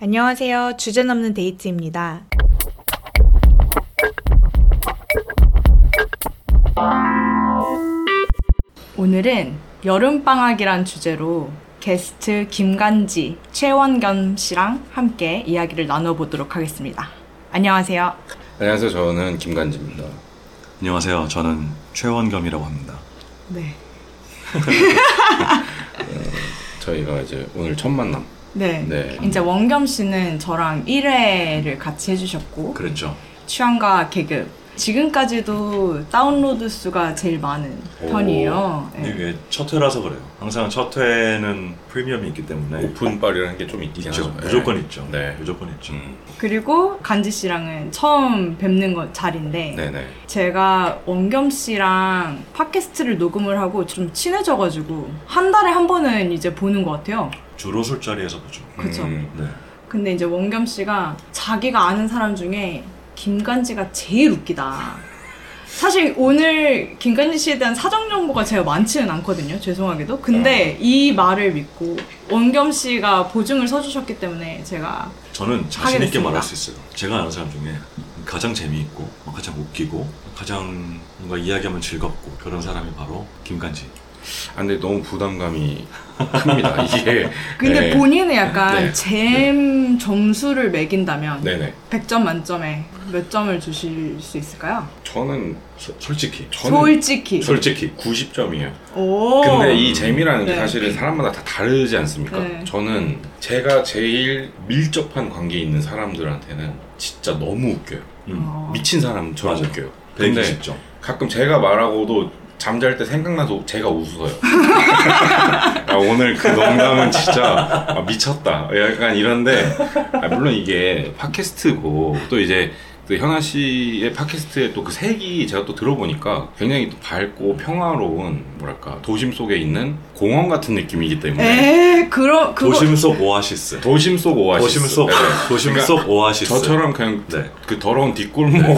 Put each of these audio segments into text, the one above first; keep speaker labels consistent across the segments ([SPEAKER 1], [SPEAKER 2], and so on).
[SPEAKER 1] 안녕하세요. 주제 넘는 데이트입니다.
[SPEAKER 2] 오늘은 여름방학이란 주제로 게스트 김간지, 최원견 씨랑 함께 이야기를 나눠보도록 하겠습니다. 안녕하세요.
[SPEAKER 3] 안녕하세요. 저는 김간지입니다.
[SPEAKER 4] 안녕하세요. 저는 최원겸이라고 합니다.
[SPEAKER 2] 네.
[SPEAKER 3] 저희가 이제 오늘 첫 만남.
[SPEAKER 2] 네.
[SPEAKER 3] 네.
[SPEAKER 2] 이제 원겸 씨는 저랑 1회를 같이 해주셨고,
[SPEAKER 4] 그랬죠.
[SPEAKER 2] 취향과 계급. 지금까지도 다운로드 수가 제일 많은
[SPEAKER 3] 오.
[SPEAKER 2] 편이에요. 네.
[SPEAKER 4] 이게 첫 회라서 그래요. 항상 첫 회는 프리미엄이 있기 때문에
[SPEAKER 3] 네. 오픈빨이라는 게 좀 있긴
[SPEAKER 4] 있죠.
[SPEAKER 3] 하죠. 네.
[SPEAKER 4] 무조건 있죠.
[SPEAKER 3] 네.
[SPEAKER 4] 무조건 있죠.
[SPEAKER 3] 음.
[SPEAKER 2] 그리고 간지 씨랑은 처음 뵙는 거 자리인데,
[SPEAKER 3] 네네.
[SPEAKER 2] 제가 원겸 씨랑 팟캐스트를 녹음을 하고 좀 친해져가지고 한 달에 한 번은 이제 보는 것 같아요.
[SPEAKER 4] 주로 술자리에서 보죠.
[SPEAKER 2] 그쵸.
[SPEAKER 3] 음.
[SPEAKER 4] 네.
[SPEAKER 2] 근데 이제 원겸 씨가 자기가 아는 사람 중에 김간지가 제일 웃기다. 사실 오늘 김간지 씨에 대한 사정 정보가 제가 많지는 않거든요. 죄송하게도. 근데 이 말을 믿고 원겸 씨가 보증을 서주셨기 때문에 제가
[SPEAKER 4] 저는 자신 있게
[SPEAKER 2] 하겠습니다.
[SPEAKER 4] 말할 수 있어요. 제가 아는 사람 중에 가장 재미있고 뭐 가장 웃기고 가장 뭔가 이야기하면 즐겁고 그런 사람이 바로 김간지.
[SPEAKER 3] 아, 근데 너무 부담감이 큽니다. 이게.
[SPEAKER 2] 근데
[SPEAKER 3] 네.
[SPEAKER 2] 본인은 약간
[SPEAKER 3] 네.
[SPEAKER 2] 잼 점수를 매긴다면
[SPEAKER 3] 네네.
[SPEAKER 2] 100점 만점에 몇 점을 주실 수 있을까요?
[SPEAKER 3] 저는 소- 솔직히. 저는
[SPEAKER 2] 솔직히.
[SPEAKER 3] 솔직히 90점이에요.
[SPEAKER 2] 오.
[SPEAKER 3] 근데 이 재미라는 게
[SPEAKER 2] 네.
[SPEAKER 3] 사실은 사람마다 다 다르지 않습니까?
[SPEAKER 2] 네.
[SPEAKER 3] 저는 제가 제일 밀접한 관계에 있는 사람들한테는 진짜 너무 웃겨요.
[SPEAKER 4] 음.
[SPEAKER 2] 어.
[SPEAKER 3] 미친 사람 저아
[SPEAKER 4] 맞아요.
[SPEAKER 3] 웃겨요. 근데
[SPEAKER 4] 120점.
[SPEAKER 3] 가끔 제가 말하고도 잠잘 때 생각나서 제가 웃어요. 아, 오늘 그 농담은 진짜 아, 미쳤다. 약간 이런데 아, 물론 이게 팟캐스트고 또 이제 또 현아 씨의 팟캐스트의 또 그 색이 제가 또 들어보니까 굉장히 또 밝고 평화로운 뭐랄까 도심 속에 있는 공원 같은 느낌이기 때문에
[SPEAKER 2] 에 그럼 그거
[SPEAKER 4] 도심 속 오아시스.
[SPEAKER 3] 도심 속 오아시스.
[SPEAKER 4] 도심 속
[SPEAKER 3] 네.
[SPEAKER 4] 도심
[SPEAKER 3] 그러니까
[SPEAKER 4] 속 오아시스.
[SPEAKER 3] 저처럼 그냥
[SPEAKER 4] 네.
[SPEAKER 3] 그 더러운 뒷골목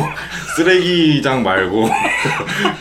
[SPEAKER 3] 쓰레기장 말고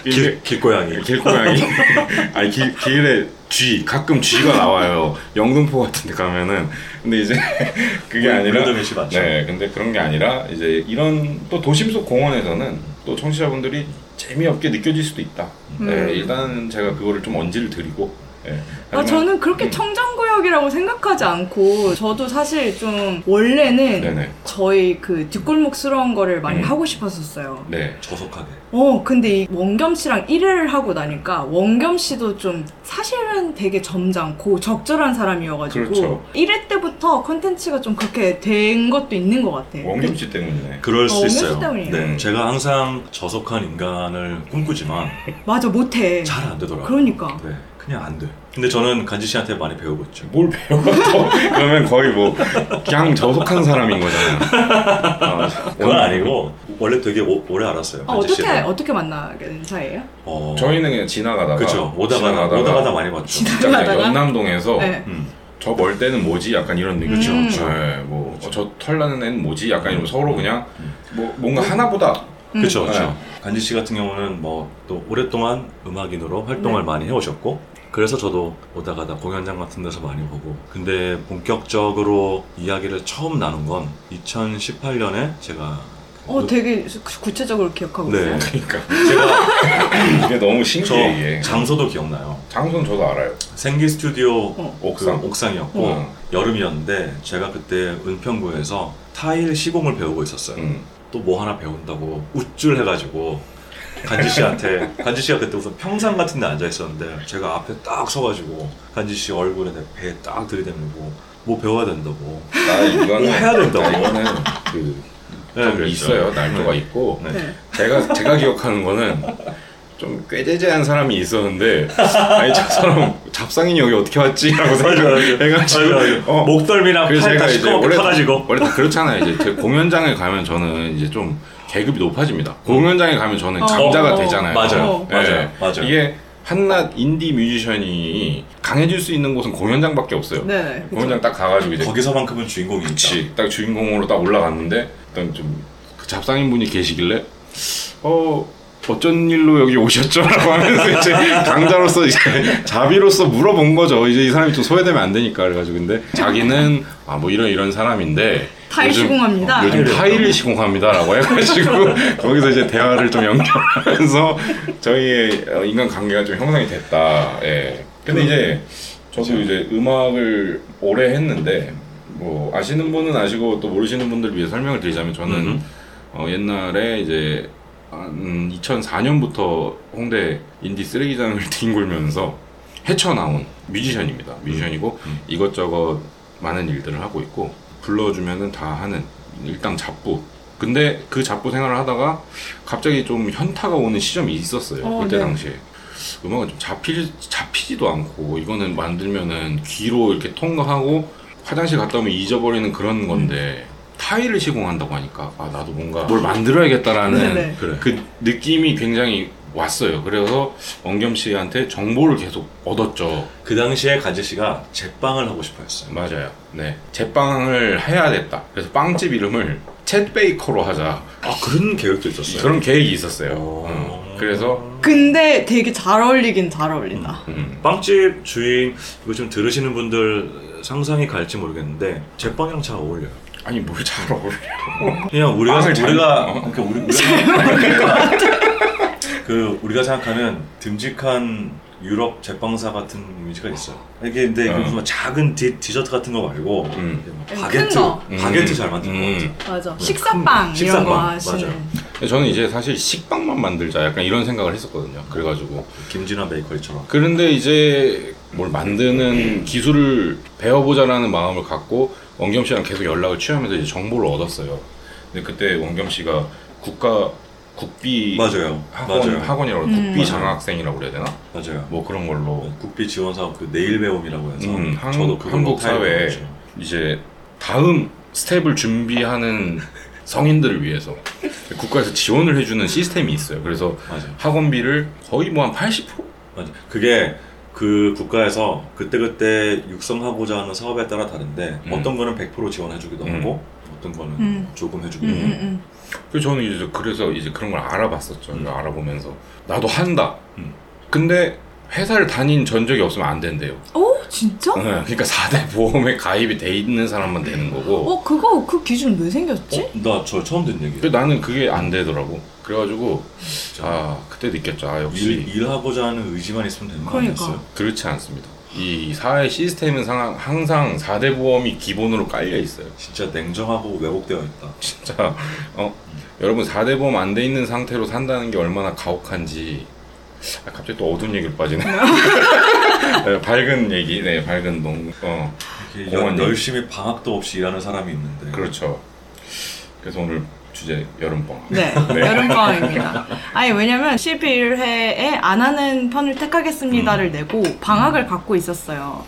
[SPEAKER 3] 이게-
[SPEAKER 4] 길, 길고양이.
[SPEAKER 3] 길고양이 아니 길, 길에 쥐 가끔 쥐가 나와요 영등포 같은 데 가면은 근데 이제 그게 아니라
[SPEAKER 4] 블루더미 씨 맞죠?
[SPEAKER 3] 네 근데 그런 게 아니라 이제 이런 또 도심 속 공원에서는 또 청취자분들이 재미없게 느껴질 수도 있다
[SPEAKER 2] 음.
[SPEAKER 3] 네, 일단은 제가 그거를 좀 언질 드리고 네,
[SPEAKER 2] 아,
[SPEAKER 3] 하지만-
[SPEAKER 2] 저는
[SPEAKER 3] 네.
[SPEAKER 2] 그렇게 청정구역이라고 생각하지 않고 저도 사실 좀 원래는
[SPEAKER 3] 네네
[SPEAKER 2] 저희 그 뒷골목스러운 거를 많이
[SPEAKER 3] 음.
[SPEAKER 2] 하고 싶었었어요.
[SPEAKER 3] 네
[SPEAKER 4] 저속하게.
[SPEAKER 2] 어 근데 이 원겸 씨랑 1회를 하고 나니까 원겸 씨도 좀 사실은 되게 점잖고 적절한 사람이어가지고
[SPEAKER 3] 그렇죠.
[SPEAKER 2] 1회 때부터 컨텐츠가 좀 그렇게 된 것도 있는 것 같아.
[SPEAKER 3] 원경 씨 때문에
[SPEAKER 4] 그럴
[SPEAKER 2] 어,
[SPEAKER 4] 수
[SPEAKER 2] 음료수
[SPEAKER 4] 있어요.
[SPEAKER 2] 때문이에요.
[SPEAKER 4] 네, 제가 항상 저속한 인간을 꿈꾸지만
[SPEAKER 2] 맞아 못해.
[SPEAKER 4] 잘 안 되더라고요.
[SPEAKER 2] 네. 그러니까.
[SPEAKER 4] 네, 그냥 안 돼. 근데 저는 간지 씨한테 많이 배우고 있죠.
[SPEAKER 2] 어.
[SPEAKER 3] 뭘 배워도 그러면 거의 뭐 그냥 저속한 사람인 거잖아요 아,
[SPEAKER 4] 그건 아니고 원래 되게 오, 오래 알았어요.
[SPEAKER 2] 아,
[SPEAKER 4] 간지
[SPEAKER 2] 어떻게
[SPEAKER 4] 씨를.
[SPEAKER 2] 어떻게 만나게 된 사이예요?
[SPEAKER 4] 어,
[SPEAKER 3] 저희는 그냥 지나가다가
[SPEAKER 4] 그쵸. 오다가
[SPEAKER 3] 지나가다가
[SPEAKER 4] 오다가 다 많이 봤죠.
[SPEAKER 3] 진짜 그냥
[SPEAKER 2] 지나가다가?
[SPEAKER 3] 연남동에서
[SPEAKER 2] 네.
[SPEAKER 4] 음,
[SPEAKER 3] 저 멀 때는 뭐지 약간 이런 느낌
[SPEAKER 2] 그쵸, 음.
[SPEAKER 4] 그쵸.
[SPEAKER 3] 네, 뭐저털 나는 애는 뭐지 약간 이러면 서로 그냥
[SPEAKER 4] 음.
[SPEAKER 3] 뭐 뭔가 하나보다
[SPEAKER 2] 음.
[SPEAKER 4] 그렇죠, 그렇죠.
[SPEAKER 3] 네.
[SPEAKER 4] 간지 씨 같은 경우는 뭐 또 오랫동안 음악인으로 활동을
[SPEAKER 2] 네.
[SPEAKER 4] 많이 해오셨고, 그래서 저도 오다가다 공연장 같은 데서 많이 보고. 근데 본격적으로 이야기를 처음 나눈 건 2018년에 제가
[SPEAKER 2] 어 되게 수- 구체적으로 기억하고
[SPEAKER 4] 네.
[SPEAKER 2] 있어요.
[SPEAKER 3] 그러니까
[SPEAKER 4] 제가
[SPEAKER 3] 이게 너무
[SPEAKER 4] 저
[SPEAKER 3] 신기해 이게
[SPEAKER 4] 장소도 기억나요.
[SPEAKER 3] 장소는 저도 알아요
[SPEAKER 4] 생기 스튜디오
[SPEAKER 2] 어.
[SPEAKER 3] 옥상.
[SPEAKER 4] 그 옥상이었고
[SPEAKER 3] 어.
[SPEAKER 4] 여름이었는데 제가 그때 은평구에서 타일 시공을 배우고 있었어요.
[SPEAKER 3] 음.
[SPEAKER 4] 또 뭐 하나 배운다고 우쭐 해가지고 간지 씨한테 간지 씨가 그때 무슨 평상 같은 데 앉아 있었는데 제가 앞에 딱 서가지고 간지 씨 얼굴에 배 딱 들이대밀고 뭐 배워야 된다고
[SPEAKER 3] 나 이거는
[SPEAKER 4] 뭐 해야 된다고.
[SPEAKER 3] 나 이거는 그
[SPEAKER 4] 네,
[SPEAKER 3] 좀
[SPEAKER 4] 그랬죠.
[SPEAKER 3] 있어요 날조가
[SPEAKER 4] 네.
[SPEAKER 3] 있고
[SPEAKER 4] 네.
[SPEAKER 2] 네.
[SPEAKER 3] 제가 제가 기억하는 거는 좀 꾀재재한 사람이 있었는데 아니 저 사람 잡상인이 여기 어떻게
[SPEAKER 4] 네,
[SPEAKER 3] 왔지라고
[SPEAKER 4] 맞아요, 맞아요.
[SPEAKER 3] 생각해가지고 어,
[SPEAKER 4] 네, 목덜미랑
[SPEAKER 3] 그래서
[SPEAKER 4] 팔
[SPEAKER 3] 제가
[SPEAKER 4] 다
[SPEAKER 3] 이제
[SPEAKER 4] 시커멓게
[SPEAKER 3] 원래
[SPEAKER 4] 타가지고
[SPEAKER 3] 원래 다 그렇잖아요. 이제 제 공연장에 가면 저는 이제 좀 계급이 높아집니다. 공연장에 가면 저는
[SPEAKER 2] 어.
[SPEAKER 3] 강자가
[SPEAKER 2] 어.
[SPEAKER 3] 되잖아요.
[SPEAKER 4] 맞아요,
[SPEAKER 3] 예.
[SPEAKER 4] 맞아요, 맞아요.
[SPEAKER 3] 이게 한낱 인디 뮤지션이 강해질 수 있는 곳은 공연장밖에 없어요.
[SPEAKER 2] 네. 그쵸.
[SPEAKER 3] 공연장 딱 가가지고 이제
[SPEAKER 4] 거기서만큼은 주인공이 있다.
[SPEAKER 3] 그치 딱그 주인공으로 딱 올라갔는데 일단 좀그 잡상인 분이 계시길래 어 어쩐 일로 여기 오셨죠라고 하면서 이제 강자로서 이제 자비로서 물어본 거죠. 이제 이 사람이 또 소외되면 안 되니까 그래가지고 근데 자기는 아 뭐 이런 이런 사람인데
[SPEAKER 2] 타일
[SPEAKER 3] 요즘-
[SPEAKER 2] 시공합니다.
[SPEAKER 3] 어, 요즘 타일을 시공합니다라고 해가지고 거기서 이제 대화를 좀 연결하면서 저희의 어, 인간 관계가 좀 형성이 됐다. 예. 근데 이제 저도 이제 음악을 오래 했는데 뭐 아시는 분은 아시고 또 모르시는 분들 위해 설명을 드리자면 저는
[SPEAKER 4] 음.
[SPEAKER 3] 어, 옛날에 이제 한 2004년부터 홍대 인디 쓰레기장을 뒹굴면서 헤쳐나온 뮤지션입니다. 뮤지션이고
[SPEAKER 4] 음.
[SPEAKER 3] 이것저것 많은 일들을 하고 있고 불러주면은 다 하는 일당 잡부. 근데 그 잡부 생활을 하다가 갑자기 좀 현타가 오는 시점이 있었어요.
[SPEAKER 2] 어,
[SPEAKER 3] 그때
[SPEAKER 2] 네.
[SPEAKER 3] 당시에. 음악은 좀 잡히, 잡히지도 않고 이거는 만들면은 귀로 이렇게 통과하고 화장실 갔다 오면 잊어버리는 그런 건데 타일을 시공한다고 하니까 아 나도 뭔가 뭘 만들어야겠다라는
[SPEAKER 2] 네네.
[SPEAKER 4] 그래.
[SPEAKER 3] 그 느낌이 굉장히 왔어요. 그래서 원겸 씨한테 정보를 계속 얻었죠.
[SPEAKER 4] 그 당시에 간지 씨가 제빵을 하고 싶어 했어요.
[SPEAKER 3] 맞아요. 네. 제빵을 해야 됐다. 그래서 빵집 이름을 챗 베이커로 하자.
[SPEAKER 4] 아 그런 계획도 있었어요.
[SPEAKER 3] 그런 계획이 있었어요. 음.
[SPEAKER 4] 어.
[SPEAKER 3] 그래서
[SPEAKER 2] 근데 되게 잘 어울리긴 잘 어울린다.
[SPEAKER 3] 음.
[SPEAKER 4] 빵집 주인 이거 좀 들으시는 분들 상상이 갈지 모르겠는데 제빵이랑 잘 어울려요.
[SPEAKER 3] 아니 뭘 잘 어울려.
[SPEAKER 4] 그냥 우리가
[SPEAKER 3] 빵을 잘-
[SPEAKER 4] 우리가
[SPEAKER 3] 어.
[SPEAKER 4] 그러니까 우리 우리가 그 우리가 생각하는 듬직한 유럽 제빵사 같은 이미지가 있어. 이게 근데 이게
[SPEAKER 3] 어.
[SPEAKER 4] 무슨 막 작은 디, 디저트 같은 거 말고
[SPEAKER 3] 음.
[SPEAKER 4] 이렇게 막
[SPEAKER 2] 큰
[SPEAKER 4] 바게트
[SPEAKER 2] 거.
[SPEAKER 4] 바게트 잘 만드는
[SPEAKER 3] 음.
[SPEAKER 4] 것 같아.
[SPEAKER 2] 맞아. 식사빵 이런
[SPEAKER 4] 식사빵,
[SPEAKER 2] 거 하시는. 음,
[SPEAKER 4] 맞아요.
[SPEAKER 3] 근데 저는 이제 사실 식빵만 만들자 약간 이런 생각을 했었거든요. 그래가지고
[SPEAKER 4] 김진아 베이커리처럼.
[SPEAKER 3] 그런데 이제 뭘 만드는 기술을 배워보자라는 마음을 갖고 원겸 씨랑 계속 연락을 취하면서 이제 정보를 얻었어요. 근데 그때 원겸 씨가 국가 국비
[SPEAKER 4] 맞아요.
[SPEAKER 3] 학원
[SPEAKER 4] 맞아요.
[SPEAKER 3] 학원이라고
[SPEAKER 2] 음.
[SPEAKER 3] 국비 장학생이라고 그래야 되나?
[SPEAKER 4] 맞아요.
[SPEAKER 3] 뭐 그런 걸로
[SPEAKER 4] 국비 지원 사업 그 내일 배움이라고 해서
[SPEAKER 3] 음, 한-
[SPEAKER 4] 저도 그걸로
[SPEAKER 3] 한국
[SPEAKER 4] 타협을
[SPEAKER 3] 사회에
[SPEAKER 4] 했죠.
[SPEAKER 3] 이제 다음 스텝을 준비하는 성인들을 위해서 국가에서 지원을 해주는 시스템이 있어요. 그래서
[SPEAKER 4] 맞아요.
[SPEAKER 3] 학원비를 거의 뭐 한 80%?
[SPEAKER 4] 맞아. 그게 그 국가에서 그때그때 육성하고자 하는 사업에 따라 다른데
[SPEAKER 3] 음.
[SPEAKER 4] 어떤 거는 100% 지원해주기도
[SPEAKER 3] 음.
[SPEAKER 4] 하고 어떤 거는
[SPEAKER 2] 음.
[SPEAKER 4] 조금 해주기도
[SPEAKER 2] 음,
[SPEAKER 4] 하고
[SPEAKER 2] 음, 음.
[SPEAKER 3] 그래서 저는 이제 그래서 이제 그런 걸 알아봤었죠.
[SPEAKER 4] 음.
[SPEAKER 3] 알아보면서 나도 한다.
[SPEAKER 4] 음.
[SPEAKER 3] 근데 회사를 다닌 전적이 없으면 안 된대요.
[SPEAKER 2] 오 어, 진짜?
[SPEAKER 3] 네, 그러니까 4대 보험에 가입이 돼 있는 사람만 되는 거고.
[SPEAKER 2] 어 그거 그 기준 왜 생겼지?
[SPEAKER 4] 어? 나 저 처음 듣는 얘기예요
[SPEAKER 3] 근데 나는 그게 안 되겠더라고. 그래가지고 아 그때 느꼈죠. 아 역시
[SPEAKER 4] 일, 일하고자 하는 의지만 있으면 되는 거
[SPEAKER 2] 그러니까.
[SPEAKER 4] 아니었어요?
[SPEAKER 3] 그렇지 않습니다. 이 사회 시스템은 상- 항상 4대 보험이 기본으로 깔려 있어요.
[SPEAKER 4] 진짜 냉정하고 왜곡되어 있다
[SPEAKER 3] 진짜 어 여러분 4대 보험 안 돼 있는 상태로 산다는 게 얼마나 가혹한지 아, 갑자기 또 어두운 얘기로 빠지네. 네, 밝은 얘기, 네 밝은 농. 어
[SPEAKER 4] 이렇게
[SPEAKER 3] 어머니.
[SPEAKER 4] 여, 열심히 방학도 없이 일하는 사람이 있는데
[SPEAKER 3] 그렇죠. 그래서 오늘 주제 여름방학.
[SPEAKER 2] 네, 여름방학입니다. 아니, 왜냐면 11회에 안 하는 편을 택하겠습니다를
[SPEAKER 4] 음.
[SPEAKER 2] 내고 방학을 갖고 있었어요.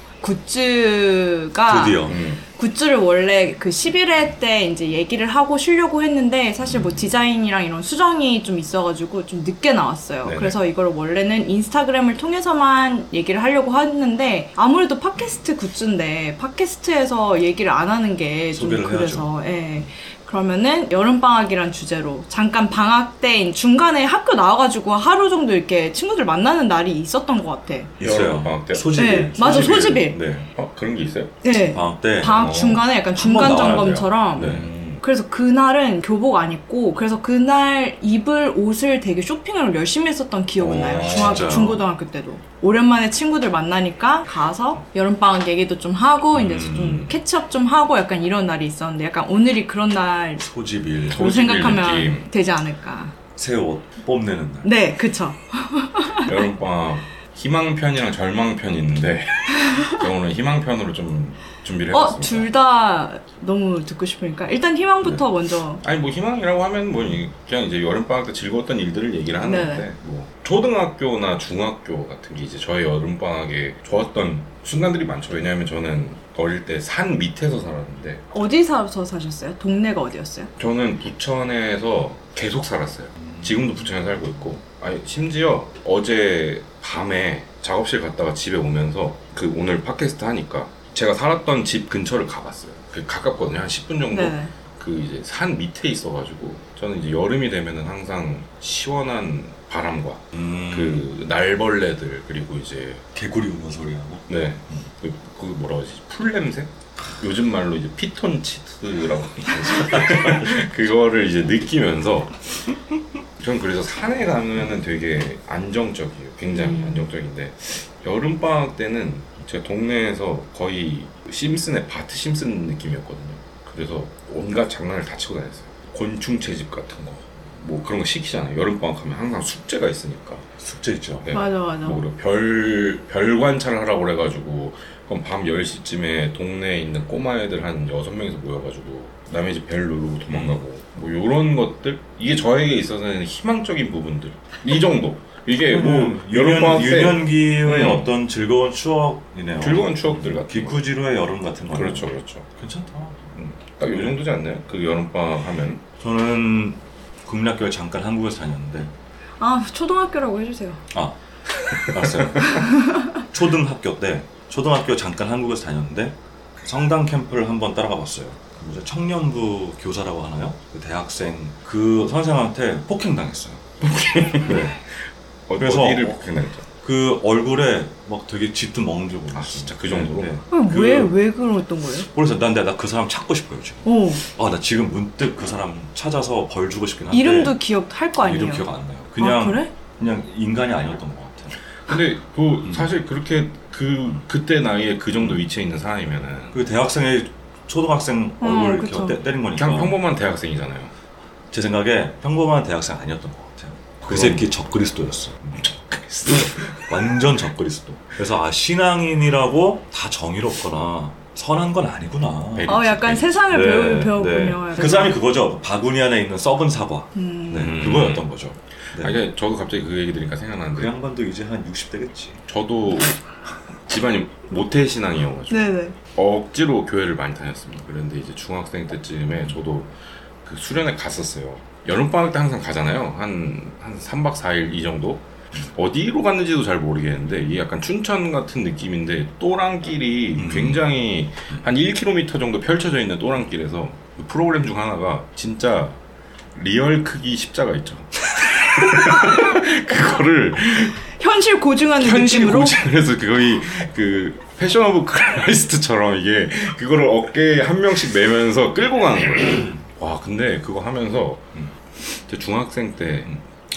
[SPEAKER 2] 굿즈가
[SPEAKER 4] 드디어
[SPEAKER 3] 음,
[SPEAKER 2] 굿즈를 원래 그 11회 때 이제 얘기를 하고 쉬려고 했는데 사실 뭐 디자인이랑 이런 수정이 좀 있어가지고 좀 늦게 나왔어요.
[SPEAKER 3] 네네.
[SPEAKER 2] 그래서 이걸 원래는 인스타그램을 통해서만 얘기를 하려고 했는데 아무래도 팟캐스트 굿즈인데 팟캐스트에서 얘기를 안 하는 게 좀
[SPEAKER 4] 소개를
[SPEAKER 2] 그래서 예. 그러면은 여름방학이란 주제로 잠깐 방학 때 중간에 학교 나와가지고 하루 정도 이렇게 친구들 만나는 날이 있었던 것 같아.
[SPEAKER 4] 있어요
[SPEAKER 3] 여름방학 때?
[SPEAKER 4] 소집일
[SPEAKER 2] 네, 맞아, 소집일.
[SPEAKER 4] 네.
[SPEAKER 3] 어 그런 게 있어요?
[SPEAKER 2] 네.
[SPEAKER 4] 방학 때
[SPEAKER 2] 방학
[SPEAKER 3] 어.
[SPEAKER 2] 중간에 약간
[SPEAKER 4] 아, 한번
[SPEAKER 2] 중간
[SPEAKER 4] 나와야
[SPEAKER 2] 점검처럼
[SPEAKER 4] 돼요. 네.
[SPEAKER 3] 음,
[SPEAKER 2] 그래서 그날은 교복 안 입고 그래서 그날 입을 옷을 되게 쇼핑을 열심히 했었던 기억은
[SPEAKER 3] 오,
[SPEAKER 2] 나요. 중학교
[SPEAKER 4] 진짜요?
[SPEAKER 2] 중고등학교 때도 오랜만에 친구들 만나니까 가서 여름방학 얘기도 좀 하고 이제 좀
[SPEAKER 3] 음.
[SPEAKER 2] 캐치업 좀 하고 약간 이런 날이 있었는데 약간 오늘이 그런 날로
[SPEAKER 4] 소집일
[SPEAKER 3] 소- 소집일
[SPEAKER 2] 생각하면
[SPEAKER 3] 느낌.
[SPEAKER 2] 되지 않을까.
[SPEAKER 4] 새 옷 뽐내는 날
[SPEAKER 2] 네, 그쵸.
[SPEAKER 3] 여름방학 희망편이랑 절망편이 있는데 제가 오늘 희망편으로 좀 준비를
[SPEAKER 2] 어,
[SPEAKER 3] 해봤습니다.
[SPEAKER 2] 둘 다 너무 듣고 싶으니까 일단 희망부터 먼저.
[SPEAKER 3] 아니 뭐 희망이라고 하면 뭐 이- 그냥 이제 여름방학 때 즐거웠던 일들을 얘기를 하는
[SPEAKER 2] 네.
[SPEAKER 3] 건데 뭐 초등학교나 중학교 같은 게 이제 저의 여름방학에 좋았던 순간들이 많죠 왜냐하면 저는 어릴 때 산 밑에서 살았는데
[SPEAKER 2] 어디서 사셨어요? 동네가 어디였어요?
[SPEAKER 3] 저는 부천에서 계속 살았어요 지금도 부천에 살고 있고 아니 심지어 어제 밤에 작업실 갔다가 집에 오면서 그 오늘 팟캐스트 하니까 제가 살았던 집 근처를 가봤어요 그 가깝거든요 한 10분 정도
[SPEAKER 2] 네.
[SPEAKER 3] 그 이제 산 밑에 있어가지고 저는 이제 여름이 되면은 항상 시원한 바람과
[SPEAKER 4] 그
[SPEAKER 3] 그 날벌레들 그리고 이제
[SPEAKER 4] 개구리 우는 소리하고
[SPEAKER 3] 네. 그, 그 뭐라고 하지? 풀 냄새? 요즘 말로 이제 피톤 치트라고 하죠. 그거를 이제 느끼면서 전 그래서 산에 가면은 되게 안정적이에요. 굉장히
[SPEAKER 2] 음.
[SPEAKER 3] 안정적인데 여름 방학 때는 제가 동네에서 거의 심슨의 바트 심슨 느낌이었거든요. 그래서 온갖 장난을 다 치고 다녔어요. 곤충 채집 같은 거. 뭐 그런 거 시키잖아요. 여름 방학 하면 항상 숙제가 있으니까.
[SPEAKER 4] 숙제 있죠.
[SPEAKER 3] 네.
[SPEAKER 2] 맞아 맞아.
[SPEAKER 3] 뭐 그리고 별, 별 관찰을 하라고 그래가지고 그럼 밤 10시쯤에 동네에 있는 꼬마 애들 한 6명이서 모여가지고 남의 집 벨 누르고 도망가고 뭐 요런 것들 이게 저에게 있어서는 희망적인 부분들 이 정도 이게 뭐 여름 방학 때
[SPEAKER 4] 예, 음. 유년기의
[SPEAKER 3] 음.
[SPEAKER 4] 어떤 즐거운 추억이네요.
[SPEAKER 3] 즐거운 추억들 같은
[SPEAKER 4] 기쿠지로의 여름 같은 거.
[SPEAKER 3] 그렇죠 그렇죠
[SPEAKER 4] 괜찮다.
[SPEAKER 3] 딱
[SPEAKER 4] 네.
[SPEAKER 3] 요 정도지 않나요? 그 여름방학 하면
[SPEAKER 4] 저는 국민학교에 잠깐 한국에서 다녔는데
[SPEAKER 2] 아 초등학교라고 해주세요.
[SPEAKER 4] 아 알았어요. 초등학교 때 초등학교 잠깐 한국에서 다녔는데 성당 캠프를 한번 따라가 봤어요. 그 뭐죠? 청년부 교사라고 하나요? 그 대학생 그 선생한테 폭행 당했어요. 네.
[SPEAKER 3] 어,
[SPEAKER 4] 그래서-
[SPEAKER 3] 어디를 폭행했죠?
[SPEAKER 4] 그 얼굴에 막 되게 짙은 멍들고
[SPEAKER 3] 아, 진짜 그 정도로?
[SPEAKER 4] 그-
[SPEAKER 2] 아, 왜왜 그랬던 거예요?
[SPEAKER 4] 그래서 난 나 그 사람 찾고 싶어요 지금.
[SPEAKER 2] 오
[SPEAKER 4] 아 나 지금 문득 그 사람 찾아서 벌 주고 싶긴 한데
[SPEAKER 3] 네.
[SPEAKER 2] 이름도 기억할 거 아니에요?
[SPEAKER 4] 이름 기억 안 나요. 그냥
[SPEAKER 2] 아, 그래?
[SPEAKER 4] 그냥 인간이 아니었던 것 같아요.
[SPEAKER 3] 근데
[SPEAKER 4] 음.
[SPEAKER 3] 그 사실 그렇게 그 그때 나이에 그 정도 위치에 있는 사람이면은
[SPEAKER 4] 그 대학생의 초등학생
[SPEAKER 2] 어,
[SPEAKER 4] 얼굴
[SPEAKER 2] 그쵸.
[SPEAKER 4] 이렇게 때, 때린 거니까
[SPEAKER 3] 그냥 평범한 대학생이잖아요
[SPEAKER 4] 제 생각에 평범한 대학생 아니었던 것 같아요. 그
[SPEAKER 3] 그럼.
[SPEAKER 4] 새끼 적그리스도였어. 완전 적그리스도. 그래서 아 신앙인이라고 다 정의롭거나 선한 건 아니구나.
[SPEAKER 3] 네.
[SPEAKER 2] 어 약간 세상을
[SPEAKER 4] 네,
[SPEAKER 2] 배우,
[SPEAKER 4] 네.
[SPEAKER 2] 배웠군요.
[SPEAKER 4] 그 사람이 그거죠. 바구니 안에 있는 썩은 사과.
[SPEAKER 2] 음.
[SPEAKER 4] 네,
[SPEAKER 3] 음.
[SPEAKER 4] 그거였던 거죠. 네.
[SPEAKER 3] 아, 이게 저도 갑자기 그 얘기 들으니까 생각나는데
[SPEAKER 4] 그 양반도 이제 한 60대겠지.
[SPEAKER 3] 저도 집안이 모태 신앙이어가지고
[SPEAKER 2] 네네.
[SPEAKER 3] 억지로 교회를 많이 다녔습니다. 그런데 이제 중학생 때쯤에 저도 그 수련회 갔었어요. 여름방학 때 항상 가잖아요. 한, 한 3박 4일 이 정도? 어디로 갔는지도 잘 모르겠는데 이게 약간 춘천 같은 느낌인데 또랑길이
[SPEAKER 4] 음.
[SPEAKER 3] 굉장히 한 1km 정도 펼쳐져 있는 또랑길에서 그 프로그램 중 하나가 진짜 리얼 크기 십자가 있죠. 그거를
[SPEAKER 2] 현실 고증하는
[SPEAKER 3] 현실
[SPEAKER 2] 느낌으로.
[SPEAKER 3] 고증해서 거의 그 패션 오브 크라이스트처럼 이게 그거를 어깨에 한 명씩 내면서 끌고 가는 거예요. 와 근데 그거 하면서 제 중학생 때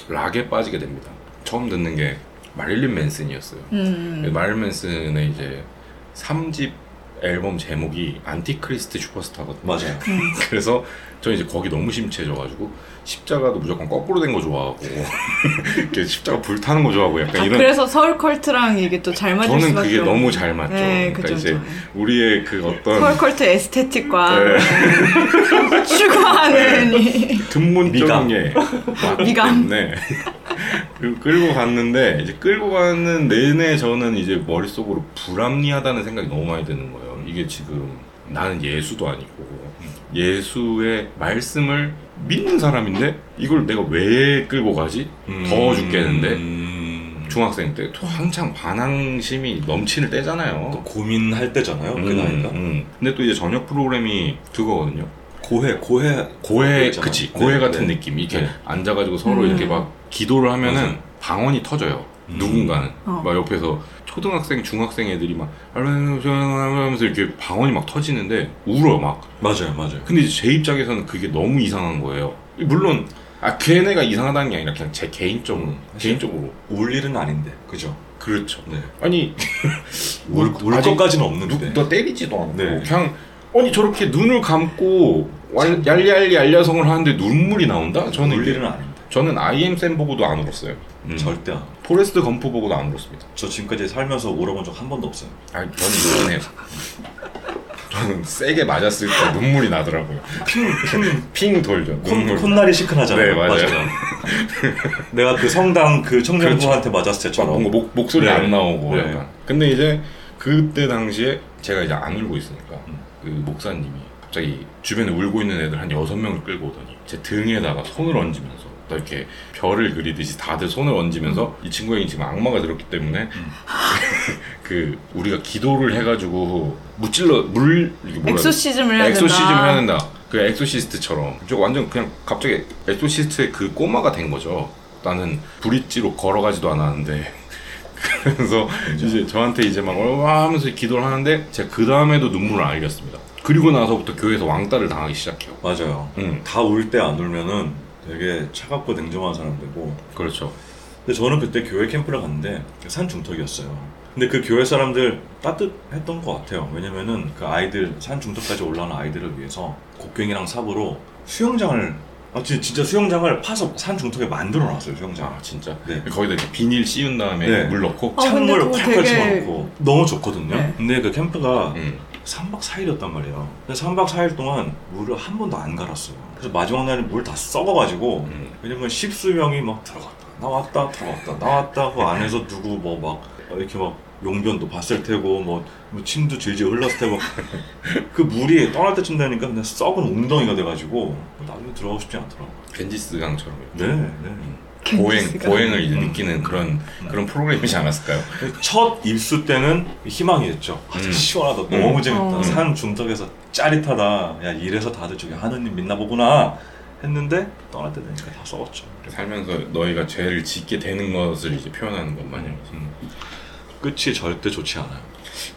[SPEAKER 3] 락에 빠지게 됩니다. 처음 듣는 게 마릴린 맨슨이었어요.
[SPEAKER 2] 음.
[SPEAKER 3] 마릴린 맨슨의 이제 3집 앨범 제목이 안티크리스트 슈퍼스타거든요.
[SPEAKER 4] 맞아요.
[SPEAKER 2] 음.
[SPEAKER 3] 그래서 저는 이제 거기 너무 심취해져가지고 십자가도 무조건 거꾸로 된 거 좋아하고 이렇게 십자가 불타는 거 좋아하고 약간
[SPEAKER 2] 아,
[SPEAKER 3] 이런
[SPEAKER 2] 그래서 서울 컬트랑 이게 또 잘 맞을
[SPEAKER 3] 저는
[SPEAKER 2] 수밖에
[SPEAKER 3] 그게
[SPEAKER 2] 없는-
[SPEAKER 3] 너무 잘 맞죠.
[SPEAKER 2] 네,
[SPEAKER 3] 그러니까
[SPEAKER 2] 그쵸,
[SPEAKER 3] 이제
[SPEAKER 2] 그쵸. 아,
[SPEAKER 3] 우리의 그
[SPEAKER 2] 서울
[SPEAKER 3] 어떤
[SPEAKER 2] 컬트 에스테틱과
[SPEAKER 3] 네.
[SPEAKER 2] 추구하는 이-
[SPEAKER 3] 근본적인
[SPEAKER 4] 미감.
[SPEAKER 3] 게 맞기
[SPEAKER 2] 미감.
[SPEAKER 3] 때문에 그리고 끌고 갔는데 이제 끌고 가는 내내 저는 이제 머릿속으로 불합리하다는 생각이 너무 많이 드는 거예요. 이게 지금 나는 예수도 아니고 예수의 말씀을 믿는 사람인데 이걸 내가 왜 끌고 가지? 음. 더워 죽겠는데
[SPEAKER 4] 음.
[SPEAKER 3] 중학생 때 또 한창 반항심이 넘치는 때잖아요.
[SPEAKER 4] 또 어, 고민할 때잖아요. 그
[SPEAKER 3] 음,
[SPEAKER 4] 나이가.
[SPEAKER 3] 음. 근데 또 이제 저녁 프로그램이 그거거든요.
[SPEAKER 4] 고해, 고해.
[SPEAKER 3] 고해,
[SPEAKER 4] 있잖아요.
[SPEAKER 3] 그치.
[SPEAKER 4] 네,
[SPEAKER 3] 고해
[SPEAKER 4] 네.
[SPEAKER 3] 같은 느낌. 이렇게
[SPEAKER 4] 네.
[SPEAKER 3] 앉아가지고 서로
[SPEAKER 2] 음.
[SPEAKER 3] 이렇게 막 기도를 하면은
[SPEAKER 4] 맞아요.
[SPEAKER 3] 방언이 터져요.
[SPEAKER 4] 음.
[SPEAKER 3] 누군가는.
[SPEAKER 2] 어.
[SPEAKER 3] 막 옆에서 초등학생, 중학생 애들이 막, 하면서 이렇게 방언이 막 터지는데 울어 막.
[SPEAKER 4] 맞아요, 맞아요. 그
[SPEAKER 3] 근데 이제 제 입장에서는 그게 너무 이상한 거예요. 물론, 아, 걔네가 이상하다는 게 아니라 그냥 제 개인적으로.
[SPEAKER 4] 음, 사실-
[SPEAKER 3] 개인적으로.
[SPEAKER 4] 울 일은 아닌데. 그죠?
[SPEAKER 3] 그렇죠.
[SPEAKER 4] 네.
[SPEAKER 3] 아니,
[SPEAKER 4] 울, 울
[SPEAKER 3] 아직
[SPEAKER 4] 것까지는
[SPEAKER 3] 누구
[SPEAKER 4] 없는데.
[SPEAKER 3] 너 때리지도 않고
[SPEAKER 4] 네.
[SPEAKER 3] 그냥 아니 저렇게 눈을 감고 왈- 얄리얄리 얄려성을 하는데 눈물이 나온다? 저는 음.
[SPEAKER 4] 울
[SPEAKER 3] 이게-
[SPEAKER 4] 일은 아닌데.
[SPEAKER 3] 저는 아이엠쌤 보고도 안 울었어요. 절
[SPEAKER 4] 절대 안. 울.
[SPEAKER 3] 포레스트 검프 보고도 안 울었습니다.
[SPEAKER 4] 저 지금까지 살면서 울어본 적 한 번도 없어요.
[SPEAKER 3] 아니 저는 이긴 해요. 저는 세게 맞았을 때 눈물이 나더라고요. 핑 돌죠.
[SPEAKER 4] 콧,
[SPEAKER 3] 눈물.
[SPEAKER 4] 콧날이
[SPEAKER 3] 네,
[SPEAKER 4] 시큰하잖아요.
[SPEAKER 3] 맞아요.
[SPEAKER 4] 내가 그 성당 그
[SPEAKER 3] 그렇죠.
[SPEAKER 4] 청년부한테 맞았을
[SPEAKER 3] 막 뭔가
[SPEAKER 4] 때처럼.
[SPEAKER 3] 목, 목소리
[SPEAKER 4] 네.
[SPEAKER 3] 안 나오고
[SPEAKER 4] 네.
[SPEAKER 3] 약간. 근데 이제 그때 당시에 제가 이제 안 울고 있으니까 그 목사님이 갑자기 주변에 울고 있는 애들 한 여섯 명을 끌고 오더니 제 등에다가 손을 얹으면서 또 이렇게 별을 그리듯이 다들 손을 얹으면서
[SPEAKER 4] 음.
[SPEAKER 3] 이 친구에게 지금 악마가 들었기 때문에 그 우리가 기도를 해가지고 무찔러 물 이게 뭐라
[SPEAKER 2] 엑소시즘을 해야 된다.
[SPEAKER 3] 엑소시즘 해야 된다. 그 엑소시스트처럼 저 완전 그냥 갑자기 엑소시스트의 그 꼬마가 된 거죠. 나는 브릿지로 걸어가지도 않았는데 그래서 이제 저한테 이제 막 와 하면서 기도를 하는데 제가 그 다음에도 눈물을 안 흘렸습니다. 그리고 나서부터 교회에서 왕따를 당하기 시작해요.
[SPEAKER 4] 맞아요.
[SPEAKER 3] 음
[SPEAKER 4] 다 울 때 안 울면은 되게 차갑고 냉정한 사람 되고
[SPEAKER 3] 그렇죠.
[SPEAKER 4] 근데 저는 그때 교회 캠프를 갔는데 산 중턱이었어요. 근데 그 교회 사람들 따뜻했던 것 같아요. 왜냐면은 그 아이들 산 중턱까지 올라오는 아이들을 위해서 곡괭이랑 삽으로 수영장을 아 진- 진짜 수영장을 파서 산 중턱에 만들어 놨어요 수영장.
[SPEAKER 3] 아 진짜.
[SPEAKER 4] 네.
[SPEAKER 3] 거기다 이렇게 비닐 씌운 다음에
[SPEAKER 4] 네.
[SPEAKER 3] 물 넣고.
[SPEAKER 2] 아, 근데
[SPEAKER 4] 찬물
[SPEAKER 2] 그거
[SPEAKER 4] 콸콸
[SPEAKER 2] 되게-
[SPEAKER 4] 집어넣고 너무 좋거든요.
[SPEAKER 2] 네.
[SPEAKER 4] 근데 그 캠프가
[SPEAKER 3] 음.
[SPEAKER 4] 3박 4일이었단 말이에요. 근데 3박 4일 동안 물을 한 번도 안 갈았어요. 그래서 마지막 날에 물 다 썩어가지고
[SPEAKER 3] 음.
[SPEAKER 4] 왜냐면 십수 명이 막 들어갔다 나왔다 들어갔다 나왔다 그 안에서 누구 뭐 막 이렇게 막 용변도 봤을 테고 뭐, 뭐 침도 질질 흘렀을 테고 그 물이 떠날 때쯤 되니까 그냥 썩은 웅덩이가 돼가지고 나중에 들어가고 싶지 않더라고.
[SPEAKER 3] 겐지스 강처럼
[SPEAKER 4] 네, 네.
[SPEAKER 3] 보행
[SPEAKER 2] 겐지스가.
[SPEAKER 3] 보행을 이제
[SPEAKER 4] 음.
[SPEAKER 3] 느끼는 그런 그런 프로그램이지 않았을까요?
[SPEAKER 4] 첫 입수 때는 희망이었죠. 아,
[SPEAKER 3] 음.
[SPEAKER 4] 시원하다. 너무
[SPEAKER 3] 음.
[SPEAKER 4] 재밌다.
[SPEAKER 2] 어.
[SPEAKER 4] 산 중턱에서 짜릿하다. 야, 이래서 다들 저기 하느님 믿나 보구나. 했는데 떠날 때 되니까 다 썩었죠.
[SPEAKER 3] 살면서 너희가 죄를 짓게 되는 것을 이제 표현하는 것 마냥. 음.
[SPEAKER 4] 끝이 절대 좋지 않아요.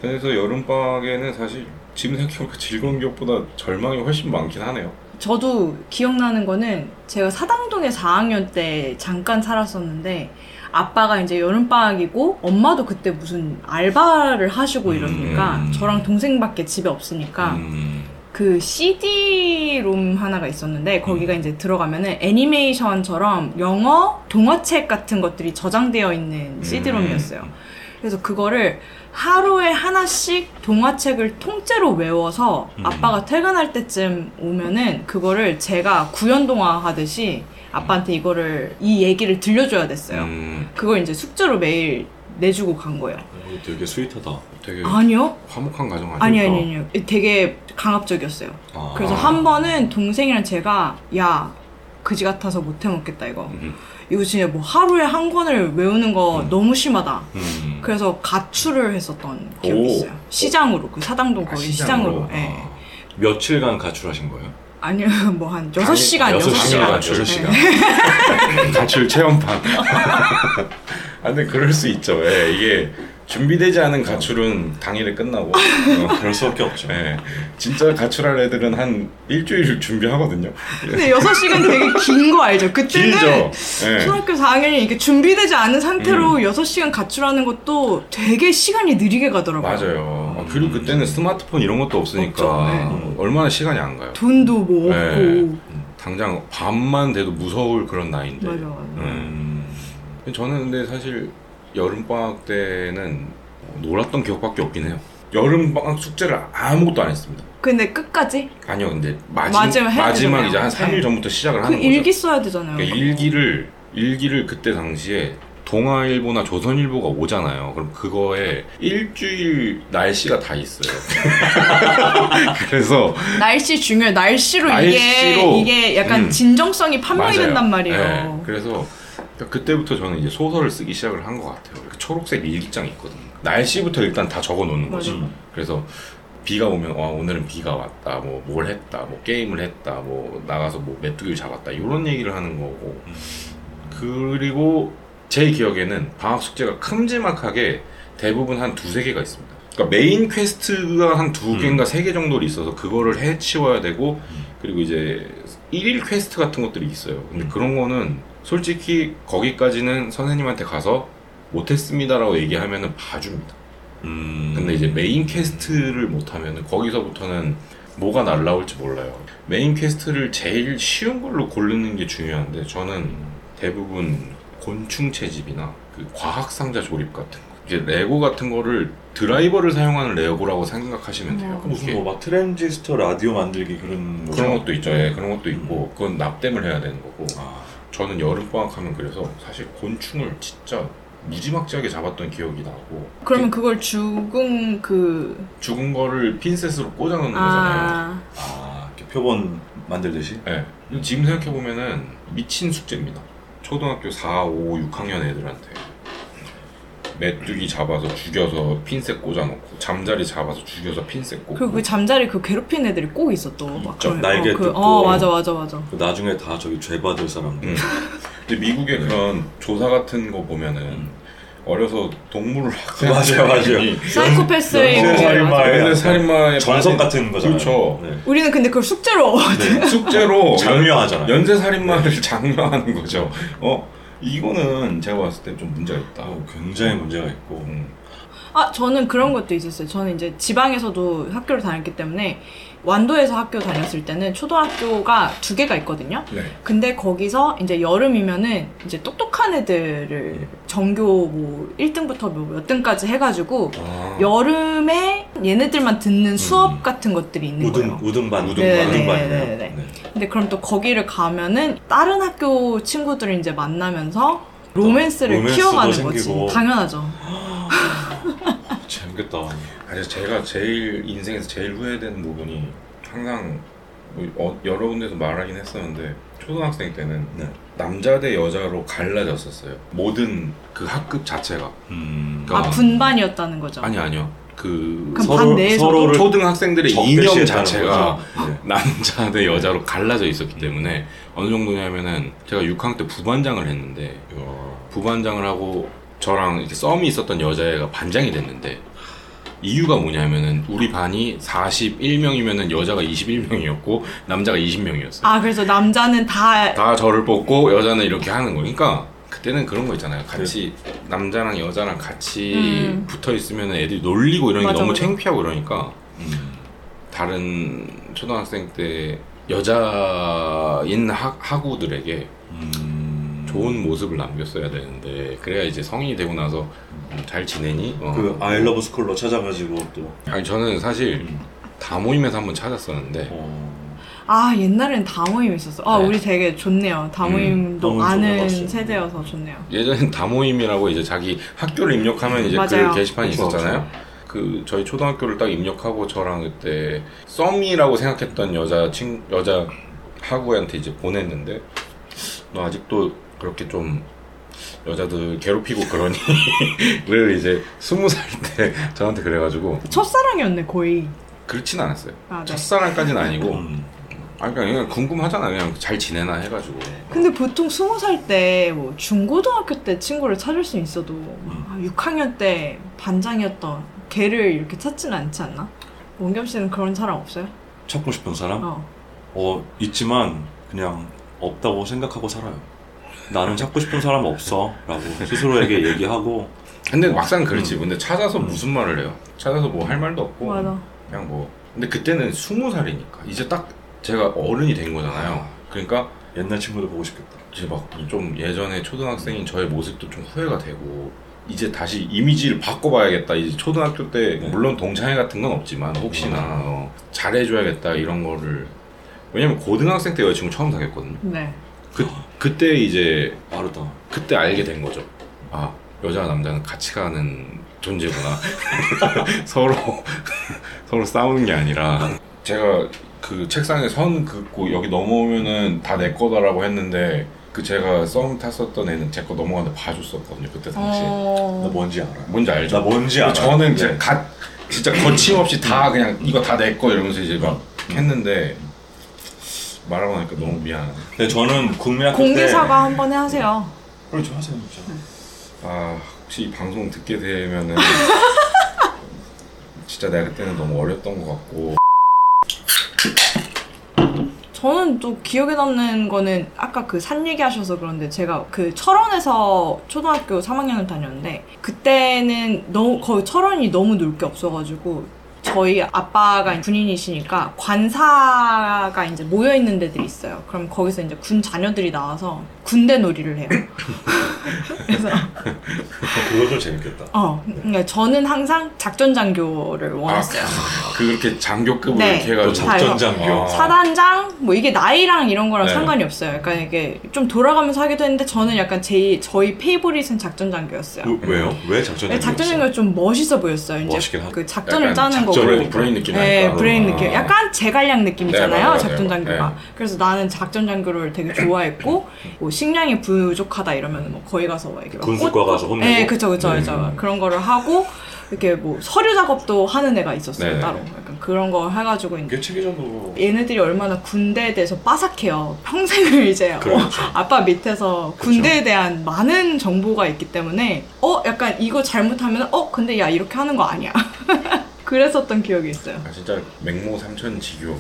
[SPEAKER 3] 그래서 여름방학에는 사실 지금 생각해보니까 즐거운 기억보다 절망이 훨씬 많긴 하네요.
[SPEAKER 2] 저도 기억나는 거는 제가 사당동에 4학년 때 잠깐 살았었는데 아빠가 이제 여름방학이고 엄마도 그때 무슨 알바를 하시고 이러니까
[SPEAKER 3] 음.
[SPEAKER 2] 저랑 동생밖에 집에 없으니까
[SPEAKER 3] 음,
[SPEAKER 2] 그 CD롬 하나가 있었는데 거기가
[SPEAKER 3] 음.
[SPEAKER 2] 이제 들어가면은 애니메이션처럼 영어 동화책 같은 것들이 저장되어 있는 CD롬이었어요.
[SPEAKER 3] 음.
[SPEAKER 2] 그래서 그거를 하루에 하나씩 동화책을 통째로 외워서
[SPEAKER 4] 음.
[SPEAKER 2] 아빠가 퇴근할 때쯤 오면은 그거를 제가 구연동화 하듯이 아빠한테 이거를 이 얘기를 들려줘야 됐어요.
[SPEAKER 3] 음,
[SPEAKER 2] 그걸 이제 숙제로 매일 내주고 간 거예요.
[SPEAKER 4] 어, 되게 스윗하다.
[SPEAKER 3] 되게
[SPEAKER 2] 아니요?
[SPEAKER 3] 화목한 가정
[SPEAKER 2] 아니
[SPEAKER 3] 네. 아니에요? 그러니까.
[SPEAKER 2] 아니 아니요. 되게 강압적이었어요.
[SPEAKER 4] 아.
[SPEAKER 2] 그래서 한 번은 동생이랑 제가 야 그지 같아서 못 해먹겠다 이거
[SPEAKER 3] 음.
[SPEAKER 2] 이거 진짜 뭐 하루에 한 권을 외우는 거 너무 심하다
[SPEAKER 3] 음.
[SPEAKER 2] 그래서 가출을 했었던 기억이
[SPEAKER 3] 오.
[SPEAKER 2] 있어요 시장으로 그 사당동
[SPEAKER 3] 아,
[SPEAKER 2] 거기
[SPEAKER 3] 시장으로.
[SPEAKER 2] 시장으로, 예.
[SPEAKER 4] 아. 며칠간 가출하신 거예요?
[SPEAKER 2] 아니요 뭐 한 6시간
[SPEAKER 4] 여섯 시간
[SPEAKER 2] 6시간 예.
[SPEAKER 3] 가출.
[SPEAKER 4] 여섯 시간.
[SPEAKER 3] 가출 체험판. 아, 근데 그럴 수 있죠. 예, 이게 준비되지 않은 가출은 당일에 끝나고. 어,
[SPEAKER 4] 그럴 수밖에 없죠.
[SPEAKER 3] 예, 진짜 가출할 애들은 한 일주일 준비하거든요.
[SPEAKER 2] 근데 6시간 되게 긴 거 알죠 네. 그때는
[SPEAKER 3] 길죠. 예. 음.
[SPEAKER 2] 초등학교 4학년이 이렇게 준비되지 않은 상태로 6시간 가출하는 것도 되게 시간이 느리게 가더라고요
[SPEAKER 3] 맞아요. 아, 그리고 그때는 스마트폰 이런 것도 없으니까
[SPEAKER 2] 없죠.
[SPEAKER 4] 네.
[SPEAKER 3] 얼마나 시간이 안 가요.
[SPEAKER 2] 돈도 뭐 없고
[SPEAKER 3] 예. 당장 밤만 돼도 무서울 그런 나이인데. 예.
[SPEAKER 2] 맞아 맞아
[SPEAKER 4] 음.
[SPEAKER 3] 저는 근데 사실 여름방학 때는 놀았던 기억밖에 없긴 해요. 여름방학 숙제를 아무것도 안 했습니다.
[SPEAKER 2] 근데 끝까지
[SPEAKER 3] 아니요, 근데 마지막,
[SPEAKER 2] 마지막 해야
[SPEAKER 3] 마지막
[SPEAKER 2] 되잖아요.
[SPEAKER 3] 이제 한
[SPEAKER 2] 네.
[SPEAKER 3] 3일 전부터 시작을
[SPEAKER 2] 그
[SPEAKER 3] 하는 거죠.
[SPEAKER 2] 일기 써야 되잖아요.
[SPEAKER 3] 그러니까 일기를, 일기를 그때 당시에 동아일보나 조선일보가 오잖아요. 그럼 그거에 일주일 날씨가 다 있어요. 그래서
[SPEAKER 2] 날씨 중요해. 날씨로,
[SPEAKER 3] 날씨로.
[SPEAKER 2] 이게 이게 약간
[SPEAKER 3] 음.
[SPEAKER 2] 진정성이 판명이
[SPEAKER 3] 맞아요.
[SPEAKER 2] 된단 말이에요.
[SPEAKER 3] 네, 그래서 그때부터 저는 이제 소설을 쓰기 시작을 한 것 같아요. 이렇게 초록색 일기장이 있거든요. 날씨부터 일단 다 적어 놓는 거지.
[SPEAKER 2] 맞아요.
[SPEAKER 3] 그래서 비가 오면 와 오늘은 비가 왔다. 뭐 뭘 했다. 뭐 게임을 했다. 뭐 나가서 뭐 메뚜기를 잡았다. 이런 얘기를 하는 거고. 그리고 제 기억에는 방학 숙제가 큼지막하게 대부분 한 두세 개가 있습니다. 그러니까 메인 퀘스트가 한 두
[SPEAKER 4] 음.
[SPEAKER 3] 개인가 세 개 정도 있어서 그거를 해치워야 되고
[SPEAKER 4] 음.
[SPEAKER 3] 그리고 이제 일일 퀘스트 같은 것들이 있어요. 근데
[SPEAKER 4] 음.
[SPEAKER 3] 그런 거는 솔직히 거기까지는 선생님한테 가서 못했습니다라고 얘기하면은 봐줍니다.
[SPEAKER 4] 음.
[SPEAKER 3] 근데 이제 메인 퀘스트를 못하면은 거기서부터는 뭐가 날라올지 몰라요. 메인 퀘스트를 제일 쉬운 걸로 고르는 게 중요한데 저는 대부분 곤충 채집이나 그 과학 상자 조립 같은 거. 이제 레고 같은 거를 드라이버를 사용하는 레고라고 생각하시면 돼요.
[SPEAKER 2] 음.
[SPEAKER 4] 무슨
[SPEAKER 3] 이게
[SPEAKER 4] 뭐 막 트랜지스터 라디오 만들기 그런 거죠?
[SPEAKER 3] 그런 것도 있죠. 예, 그런 것도 있고
[SPEAKER 4] 음.
[SPEAKER 3] 그건 납땜을 해야 되는 거고.
[SPEAKER 4] 아.
[SPEAKER 3] 저는 여름 방학하면 그래서 사실 곤충을 진짜 무지막지하게 잡았던 기억이 나고.
[SPEAKER 2] 그러면 그걸 죽은 그
[SPEAKER 3] 그 죽은 거를 핀셋으로 꽂아 넣는 거잖아요.
[SPEAKER 2] 아.
[SPEAKER 4] 아, 이렇게 표본 만들듯이?
[SPEAKER 3] 예. 근데 지금 생각해 보면은 미친 숙제입니다. 초등학교 4, 5, 6학년 애들한테 메뚜기 잡아서 죽여서 핀셋 꽂아놓고 잠자리 잡아서 죽여서 핀셋 꽂고
[SPEAKER 2] 그리고 그 잠자리 그 괴롭힌 애들이 꼭 있어 또막
[SPEAKER 3] 있죠.
[SPEAKER 4] 날개
[SPEAKER 2] 그,
[SPEAKER 4] 뜯고.
[SPEAKER 2] 어 맞아 맞아 맞아
[SPEAKER 4] 나중에 다 저기 죄 받을 사람들
[SPEAKER 3] 음. 근데 미국의
[SPEAKER 4] 네.
[SPEAKER 3] 그런 조사 같은 거 보면은 어려서 동물을
[SPEAKER 4] 음. 맞아요, 맞아요.
[SPEAKER 2] 사이코패스의
[SPEAKER 3] 네. 연쇄
[SPEAKER 2] 이제
[SPEAKER 4] 살인마.
[SPEAKER 2] 맞아.
[SPEAKER 3] 연쇄 살인마의
[SPEAKER 4] 정성
[SPEAKER 3] 빠진-
[SPEAKER 4] 같은 거잖아요.
[SPEAKER 3] 네, 그렇죠.
[SPEAKER 4] 네.
[SPEAKER 2] 우리는 근데 그걸 숙제로
[SPEAKER 4] 네.
[SPEAKER 3] 숙제로
[SPEAKER 4] 장려하잖아요.
[SPEAKER 3] 어, 연쇄 살인마를 장려하는 거죠. 어 이거는 제가 봤을 때 좀 문제가 있다.
[SPEAKER 4] 어, 굉장히 문제가 있고
[SPEAKER 3] 음.
[SPEAKER 2] 아 저는 그런 것도 있었어요. 저는 이제 지방에서도 학교를 다녔기 때문에 완도에서 학교 다녔을 때는 초등학교가 두 개가 있거든요.
[SPEAKER 3] 네.
[SPEAKER 2] 근데 거기서 이제 여름이면은 이제 똑똑한 애들을 전교 뭐 1등부터 몇 등까지 해가지고
[SPEAKER 3] 아,
[SPEAKER 2] 여름에 얘네들만 듣는 수업 같은 것들이 있는
[SPEAKER 4] 우등
[SPEAKER 2] 거예요.
[SPEAKER 4] 우등반
[SPEAKER 3] 우등반.
[SPEAKER 4] 우등반이네요.
[SPEAKER 2] 네, 네, 네.
[SPEAKER 4] 네.
[SPEAKER 2] 근데 그럼 또 거기를 가면은 다른 학교 친구들을 이제 만나면서 로맨스를
[SPEAKER 4] 로맨스도
[SPEAKER 2] 키워가는 거지.
[SPEAKER 4] 생기고.
[SPEAKER 2] 당연하죠.
[SPEAKER 4] 재밌겠다.
[SPEAKER 3] 아니 제가 제일 인생에서 제일 후회되는 부분이 항상 뭐 어- 여러 군데서 말하긴 했었는데 초등학생 때는
[SPEAKER 4] 네.
[SPEAKER 3] 남자 대 여자로 갈라졌었어요. 모든 그 학급 자체가
[SPEAKER 4] 음.
[SPEAKER 3] 그러니까
[SPEAKER 2] 아 분반이었다는 거죠.
[SPEAKER 3] 아니 아니요 그
[SPEAKER 2] 그럼 반 내에서도?
[SPEAKER 4] 서로를
[SPEAKER 3] 초등학생들의 이념
[SPEAKER 4] 적대시했다는
[SPEAKER 3] 자체가
[SPEAKER 4] 거죠. 네.
[SPEAKER 3] 남자 대 여자로 갈라져 있었기 때문에 어느 정도냐면은 제가 6학년 때 부반장을 했는데
[SPEAKER 4] 이야.
[SPEAKER 3] 부반장을 하고 저랑 이렇게 썸이 있었던 여자애가 반장이 됐는데 이유가 뭐냐면은 우리 반이 41명이면은 여자가 21명이었고 남자가 20명이었어요.
[SPEAKER 2] 아 그래서 남자는 다
[SPEAKER 3] 다 저를 뽑고 여자는 이렇게 하는 거니까 그때는 그런 거 있잖아요. 같이 남자랑 여자랑 같이
[SPEAKER 2] 음.
[SPEAKER 3] 붙어 있으면 애들이 놀리고 이러는 게
[SPEAKER 2] 맞아,
[SPEAKER 3] 너무
[SPEAKER 2] 맞아.
[SPEAKER 3] 창피하고 이러니까
[SPEAKER 4] 음.
[SPEAKER 3] 다른 초등학생 때 여자인 학, 학우들에게
[SPEAKER 4] 음.
[SPEAKER 3] 좋은 모습을 남겼어야 되는데 그래야 이제 성인이 되고 나서 음, 잘 지내니? 어.
[SPEAKER 4] 그 아이러브 스쿨로 찾아가지고 또
[SPEAKER 3] 아니 저는 사실 다 모임에서 한번 찾았었는데
[SPEAKER 4] 어,
[SPEAKER 2] 아 옛날엔 다 모임 있었어. 아
[SPEAKER 3] 네.
[SPEAKER 2] 우리 되게 좋네요. 다
[SPEAKER 3] 음,
[SPEAKER 2] 모임도
[SPEAKER 4] 너무
[SPEAKER 2] 아는
[SPEAKER 4] 좋아봤어요.
[SPEAKER 2] 세대여서 좋네요.
[SPEAKER 3] 예전엔 다 모임이라고 이제 자기 학교를 입력하면 이제
[SPEAKER 2] 맞아요.
[SPEAKER 3] 그 게시판이
[SPEAKER 4] 그쵸,
[SPEAKER 3] 있었잖아요. 그 저희 초등학교를 딱 입력하고 저랑 그때 썸이라고 생각했던 여자 친 여자 학우한테 이제 보냈는데 너 아직도 그렇게 좀 여자들 괴롭히고 그러니를 이제 스무 살 때 저한테 그래가지고
[SPEAKER 2] 첫사랑이었네 거의.
[SPEAKER 3] 그렇진 않았어요.
[SPEAKER 2] 아, 네.
[SPEAKER 3] 첫사랑까지는 아니고
[SPEAKER 4] 음.
[SPEAKER 3] 아 그러니까 그냥 궁금하잖아 그냥 잘 지내나 해가지고
[SPEAKER 2] 근데 보통 스무 살 때 뭐 중고등학교 때 친구를 찾을 수 있어도 아, 6학년 때 반장이었던 걔를 이렇게 찾진 않지 않나? 원겸 씨는 그런 사람 없어요?
[SPEAKER 4] 찾고 싶은 사람?
[SPEAKER 2] 어.
[SPEAKER 4] 어 있지만 그냥 없다고 생각하고 살아요. 나는 찾고 싶은 사람 없어라고 스스로에게 얘기하고
[SPEAKER 3] 근데 막상 그렇지
[SPEAKER 4] 음.
[SPEAKER 3] 근데 찾아서 무슨 말을 해요 찾아서 뭐 할 말도 없고
[SPEAKER 2] 맞아.
[SPEAKER 3] 그냥 뭐 근데 그때는 스무 살이니까 이제 딱 제가 어른이 된 거잖아요 그러니까
[SPEAKER 4] 옛날 친구들 보고 싶겠다.
[SPEAKER 3] 이제 막 좀 예전에 초등학생인 저의 모습도 좀 후회가 되고 이제 다시 이미지를 바꿔봐야겠다 이제 초등학교 때
[SPEAKER 4] 네.
[SPEAKER 3] 물론 동창회 같은 건 없지만 혹시나 어, 잘해줘야겠다 이런 거를 왜냐면 고등학생 때 여자친구 처음 사귀었거든요
[SPEAKER 2] 네.
[SPEAKER 4] 어,
[SPEAKER 3] 그때 이제
[SPEAKER 4] 빠르다.
[SPEAKER 3] 그때 알게 된 거죠. 아 여자 와 남자는 같이 가는 존재구나. 서로 서로 싸우는 게 아니라 제가 그 책상에 선 긋고 여기 넘어오면은 다 내 거다라고 했는데 그 제가 썸 탔었던 애는 제 거 넘어가는데 봐줬었거든요 그때 당시. 뭐, 에
[SPEAKER 4] 나
[SPEAKER 2] 어.
[SPEAKER 4] 뭔지 알아.
[SPEAKER 3] 뭔지 알죠? 그
[SPEAKER 4] 나 뭔지 알아.
[SPEAKER 3] 저는
[SPEAKER 4] 네.
[SPEAKER 3] 진짜 갓 진짜 거침없이 다 그냥 이거 다 내 거 이러면서 이제 막
[SPEAKER 4] 음.
[SPEAKER 3] 했는데 말하고 나니까 너무 미안해.
[SPEAKER 4] 근데 저는 국민학교
[SPEAKER 2] 공개
[SPEAKER 4] 때
[SPEAKER 3] 네.
[SPEAKER 2] 사과 한 번에 하세요.
[SPEAKER 4] 그걸 좀 하세요 진짜.
[SPEAKER 3] 아 혹시 이 방송 듣게 되면은 진짜 내가 그때는 너무 어렸던 것 같고
[SPEAKER 2] 저는 또 기억에 남는 거는 아까 그 산 얘기하셔서 그런데 제가 그 철원에서 초등학교 3학년을 다녔는데 그때는 너무 거의 철원이 너무 놀 게 없어가지고 저희 아빠가 군인이시니까 관사가 이제 모여 있는 데들이 있어요. 그럼 거기서 이제 군 자녀들이 나와서 군대 놀이를 해요. 그래서
[SPEAKER 4] 아, 그거 좀 재밌겠다.
[SPEAKER 2] 어, 그러니까 저는 항상 작전 장교를 원했어요.
[SPEAKER 3] 그 그렇게 장교급으로
[SPEAKER 2] 네.
[SPEAKER 3] 이렇게
[SPEAKER 4] 또
[SPEAKER 3] 해가지고
[SPEAKER 2] 자-
[SPEAKER 4] 작전 장교.
[SPEAKER 3] 아.
[SPEAKER 2] 사단장 뭐 이게 나이랑 이런 거랑
[SPEAKER 3] 네.
[SPEAKER 2] 상관이 없어요. 약간 이게 좀 돌아가면서 하기도 했는데 저는 약간 제 저희 페이보릿은 작전장교였어요. 네,
[SPEAKER 4] 요- 그, 왜요? 왜 작전 장교?
[SPEAKER 2] 작전장교 좀 멋있어 보였어요. 이제
[SPEAKER 4] 음, 그렇죠. 멋있긴 하죠.
[SPEAKER 2] 그 작전을
[SPEAKER 3] 약간
[SPEAKER 2] 짜는 거고.
[SPEAKER 3] 그렇죠. 브레인 느낌
[SPEAKER 2] 네,
[SPEAKER 3] 나니까.
[SPEAKER 2] 브레인
[SPEAKER 4] 아.
[SPEAKER 2] 느낌. 약간 제갈량 느낌이잖아요,
[SPEAKER 3] 네, 맞아요,
[SPEAKER 2] 작전
[SPEAKER 3] 맞아요.
[SPEAKER 2] 장교가.
[SPEAKER 3] 네.
[SPEAKER 2] 그래서 나는 작전 장교를 되게 좋아했고, 뭐 식량이 부족하다 이러면 뭐 거기 가서 막 이렇게 막
[SPEAKER 4] 군수과
[SPEAKER 2] 꽃-
[SPEAKER 4] 가서 혼내고.
[SPEAKER 2] 네, 그쵸, 그쵸, 그쵸.
[SPEAKER 4] 음.
[SPEAKER 2] 그런 거를 하고 이렇게 뭐 서류 작업도 하는 애가 있었어요,
[SPEAKER 3] 네.
[SPEAKER 2] 따로. 약간 그런 거 해가지고 이제
[SPEAKER 4] 이게 체계적으로
[SPEAKER 2] 얘네들이 얼마나 군대에 대해서 빠삭해요. 평생을 이제 어,
[SPEAKER 4] 그렇죠.
[SPEAKER 2] 아빠 밑에서 군대에 대한 많은 정보가 있기 때문에 어 약간 이거 잘못하면 어 근데 야 이렇게 하는 거 아니야. 그랬었던 기억이 있어요.
[SPEAKER 3] 아, 진짜 맹모 삼천 지교라고.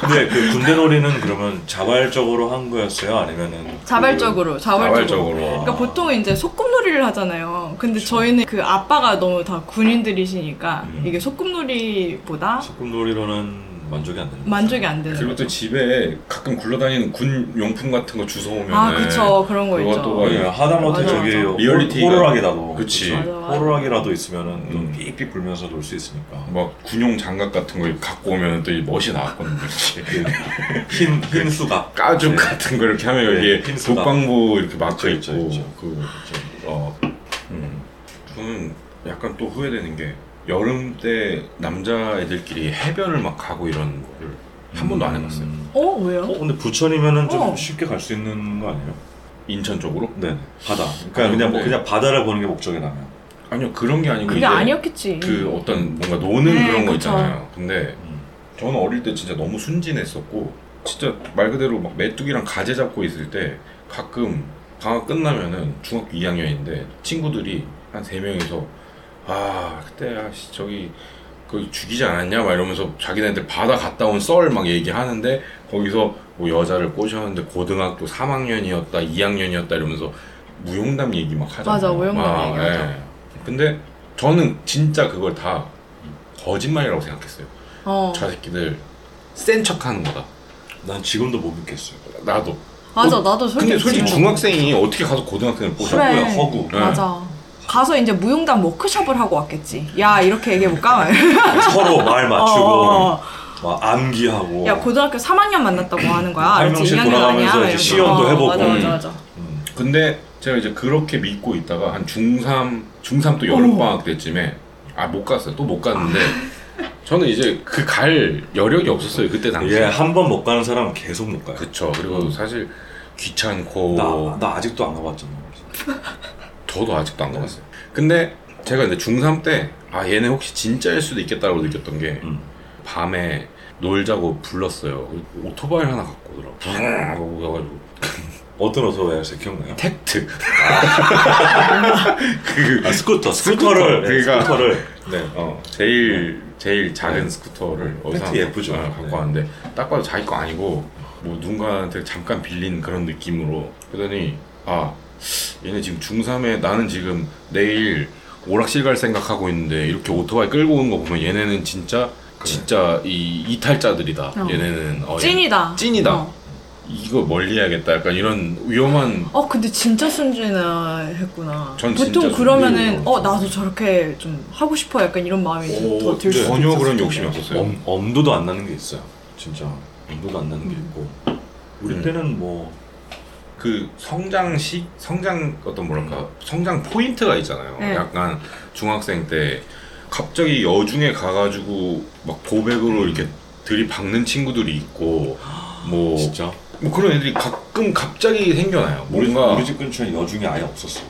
[SPEAKER 4] 근데 그 군대놀이는 그러면 자발적으로 한 거였어요? 아니면은 그
[SPEAKER 2] 자발적으로, 자발적으로.
[SPEAKER 3] 자발적으로. 아.
[SPEAKER 2] 그러니까 보통 이제 소꿉놀이를 하잖아요. 근데 저희는 그 아빠가 너무 다 군인들이시니까
[SPEAKER 4] 음.
[SPEAKER 2] 이게 소꿉놀이보다
[SPEAKER 4] 소꿉놀이로는 만족이 안 되는
[SPEAKER 2] 만족이 안 되는
[SPEAKER 3] 그리고
[SPEAKER 2] 거죠.
[SPEAKER 3] 또 집에 가끔 굴러다니는 군 용품 같은 거 주워 오면
[SPEAKER 2] 아, 그쵸. 그런 거
[SPEAKER 3] 네. 그것도
[SPEAKER 2] 있죠.
[SPEAKER 3] 거예요.
[SPEAKER 4] 예, 하다못해
[SPEAKER 2] 맞아,
[SPEAKER 4] 저기
[SPEAKER 2] 맞아.
[SPEAKER 3] 리얼리티가-
[SPEAKER 4] 호루라기라도
[SPEAKER 3] 그치.
[SPEAKER 4] 그렇죠.
[SPEAKER 2] 맞아, 맞아.
[SPEAKER 4] 호루라기라도 있으면은 좀
[SPEAKER 3] 음.
[SPEAKER 4] 삑삑 불면서 놀 수 있으니까
[SPEAKER 3] 막 군용 장갑 같은 걸 갖고 오면 또 이 멋이 나왔거든요.
[SPEAKER 4] 흰, 흰 수갑
[SPEAKER 3] 가죽 같은 거 이렇게 하면
[SPEAKER 4] 네,
[SPEAKER 3] 여기에
[SPEAKER 4] 핀스가.
[SPEAKER 3] 독방부 이렇게 막혀
[SPEAKER 4] 있죠,
[SPEAKER 3] 있고
[SPEAKER 4] 있죠.
[SPEAKER 3] 그 어, 음. 저는 약간 또 후회되는 게 여름 때 남자 애들끼리 해변을 막 가고 이런 거를 한 번도 안 해봤어요.
[SPEAKER 2] 어
[SPEAKER 4] 어,
[SPEAKER 2] 왜요?
[SPEAKER 4] 근데 부천이면은 좀
[SPEAKER 2] 어.
[SPEAKER 4] 쉽게 갈 수 있는 거 아니에요?
[SPEAKER 3] 인천 쪽으로?
[SPEAKER 4] 네 바다 그러니까
[SPEAKER 3] 아니,
[SPEAKER 4] 그냥 뭐
[SPEAKER 3] 근데-
[SPEAKER 4] 그냥 바다를 보는 게 목적이라면
[SPEAKER 3] 아니요 그런 게 아니고
[SPEAKER 2] 그게
[SPEAKER 3] 이제
[SPEAKER 2] 아니었겠지.
[SPEAKER 3] 그 어떤 뭔가 노는
[SPEAKER 2] 네,
[SPEAKER 3] 그런
[SPEAKER 2] 그쵸.
[SPEAKER 3] 거 있잖아요. 근데
[SPEAKER 4] 음.
[SPEAKER 3] 저는 어릴 때 진짜 너무 순진했었고 진짜 말 그대로 막 메뚜기랑 가재 잡고 있을 때 가끔 방학 끝나면은 중학교 2학년인데 친구들이 한 세 명이서 아 그때 아씨 저기 그 죽이지 않았냐 막 이러면서 자기네들 바다 갔다 온 썰 막 얘기하는데 거기서 뭐 여자를 꼬셨는데 고등학교 3학년이었다 2학년이었다 이러면서 무용담 얘기 막 하잖아요.
[SPEAKER 2] 맞아, 무용담
[SPEAKER 3] 아,
[SPEAKER 2] 얘기하죠.
[SPEAKER 3] 예. 근데 저는 진짜 그걸 다 거짓말이라고 생각했어요.
[SPEAKER 2] 어
[SPEAKER 3] 저 새끼들 센 척하는 거다.
[SPEAKER 4] 난 지금도 못 믿겠어요
[SPEAKER 3] 나도.
[SPEAKER 2] 맞아 나도 솔직히
[SPEAKER 3] 근데 솔직히
[SPEAKER 2] 지금-
[SPEAKER 3] 중학생이 어떻게 가서 고등학생을 꼬셔?
[SPEAKER 2] 그래.
[SPEAKER 4] 뭐 허구야 허구
[SPEAKER 3] 네.
[SPEAKER 2] 맞아. 가서 이제 무용담 워크숍을 하고 왔겠지. 야 이렇게 얘기해 볼까?
[SPEAKER 4] 서로 말 맞추고
[SPEAKER 2] 어, 어.
[SPEAKER 4] 막 암기하고
[SPEAKER 2] 야 고등학교 3학년 만났다고 하는 거야.
[SPEAKER 4] 한
[SPEAKER 2] 알았지?
[SPEAKER 4] 명씩
[SPEAKER 2] 2학년 아니야?
[SPEAKER 4] 돌아가면서 이제
[SPEAKER 2] 이러면서.
[SPEAKER 4] 시연도
[SPEAKER 2] 어,
[SPEAKER 4] 해보고.
[SPEAKER 2] 맞아 맞아 맞아.
[SPEAKER 4] 음.
[SPEAKER 3] 근데 제가 이제 그렇게 믿고 있다가 한 중3, 중3 또 여름방학 때쯤에 아 못 갔어요. 또 못 갔는데 저는 이제 그 갈 여력이 없었어요. 그때 당시에.
[SPEAKER 4] 예, 한 번 못 가는 사람은 계속 못 가요
[SPEAKER 3] 그쵸. 그리고 사실 귀찮고
[SPEAKER 4] 나, 나 아직도 안 가봤잖아
[SPEAKER 3] 저도 아직도 안 가봤어요. 근데 제가 이제 중3 때 아 얘네 혹시 진짜일 수도 있겠다라고 느꼈던 게
[SPEAKER 4] 음.
[SPEAKER 3] 밤에 놀자고 불렀어요. 오토바이를 하나 갖고 오더라고. 붕 하고 가가지고
[SPEAKER 4] 어떤 오토바이였어요? 기억나요?
[SPEAKER 3] 택트.
[SPEAKER 4] 아,
[SPEAKER 3] 그 스쿠터.
[SPEAKER 4] 스쿠터, 스쿠터를, 네,
[SPEAKER 3] 그러니까-
[SPEAKER 4] 스쿠터를, 네,
[SPEAKER 3] 어, 제일 제일 작은 스쿠터를 어디서
[SPEAKER 4] 택트 예쁘죠.
[SPEAKER 3] 하나 갖고
[SPEAKER 4] 네.
[SPEAKER 3] 왔는데 딱 봐도 자기 거 아니고 뭐 누군가한테 잠깐 빌린 그런 느낌으로 그러더니 아 얘네 지금 중3에 나는 지금 내일 오락실 갈 생각하고 있는데 이렇게 오토바이 끌고 오는 거 보면 얘네는 진짜 진짜 이 이탈자들이다.
[SPEAKER 2] 어.
[SPEAKER 3] 얘네는 어,
[SPEAKER 2] 찐이다.
[SPEAKER 3] 찐이다.
[SPEAKER 2] 어.
[SPEAKER 3] 이거 멀리 해야겠다. 약간 이런 위험한
[SPEAKER 2] 어 근데 진짜 순진했구나.
[SPEAKER 3] 전 진짜
[SPEAKER 2] 보통
[SPEAKER 3] 순진해요.
[SPEAKER 2] 그러면은 어 나도 저렇게 좀 하고 싶어 약간 이런 마음이
[SPEAKER 3] 오, 네.
[SPEAKER 2] 더 들 수 있어.
[SPEAKER 3] 전혀 그런 욕심이 없었어요.
[SPEAKER 4] 네. 엄, 엄두도 안 나는 게 있어요. 진짜 엄두도 안 나는 게 있고 음. 우리
[SPEAKER 3] 음.
[SPEAKER 4] 때는 뭐
[SPEAKER 3] 그 성장식 성장 어떤 뭐랄까
[SPEAKER 4] 음.
[SPEAKER 3] 성장 포인트가 있잖아요.
[SPEAKER 2] 네.
[SPEAKER 3] 약간 중학생 때 갑자기 여중에 가가지고 막 고백으로
[SPEAKER 4] 음.
[SPEAKER 3] 이렇게 들이박는 친구들이 있고 뭐,
[SPEAKER 4] 진짜
[SPEAKER 3] 뭐 그런 애들이 가끔 갑자기 생겨나요.
[SPEAKER 4] 우리,
[SPEAKER 3] 뭔가
[SPEAKER 4] 우리 집 근처에 여중이 아예 없었어.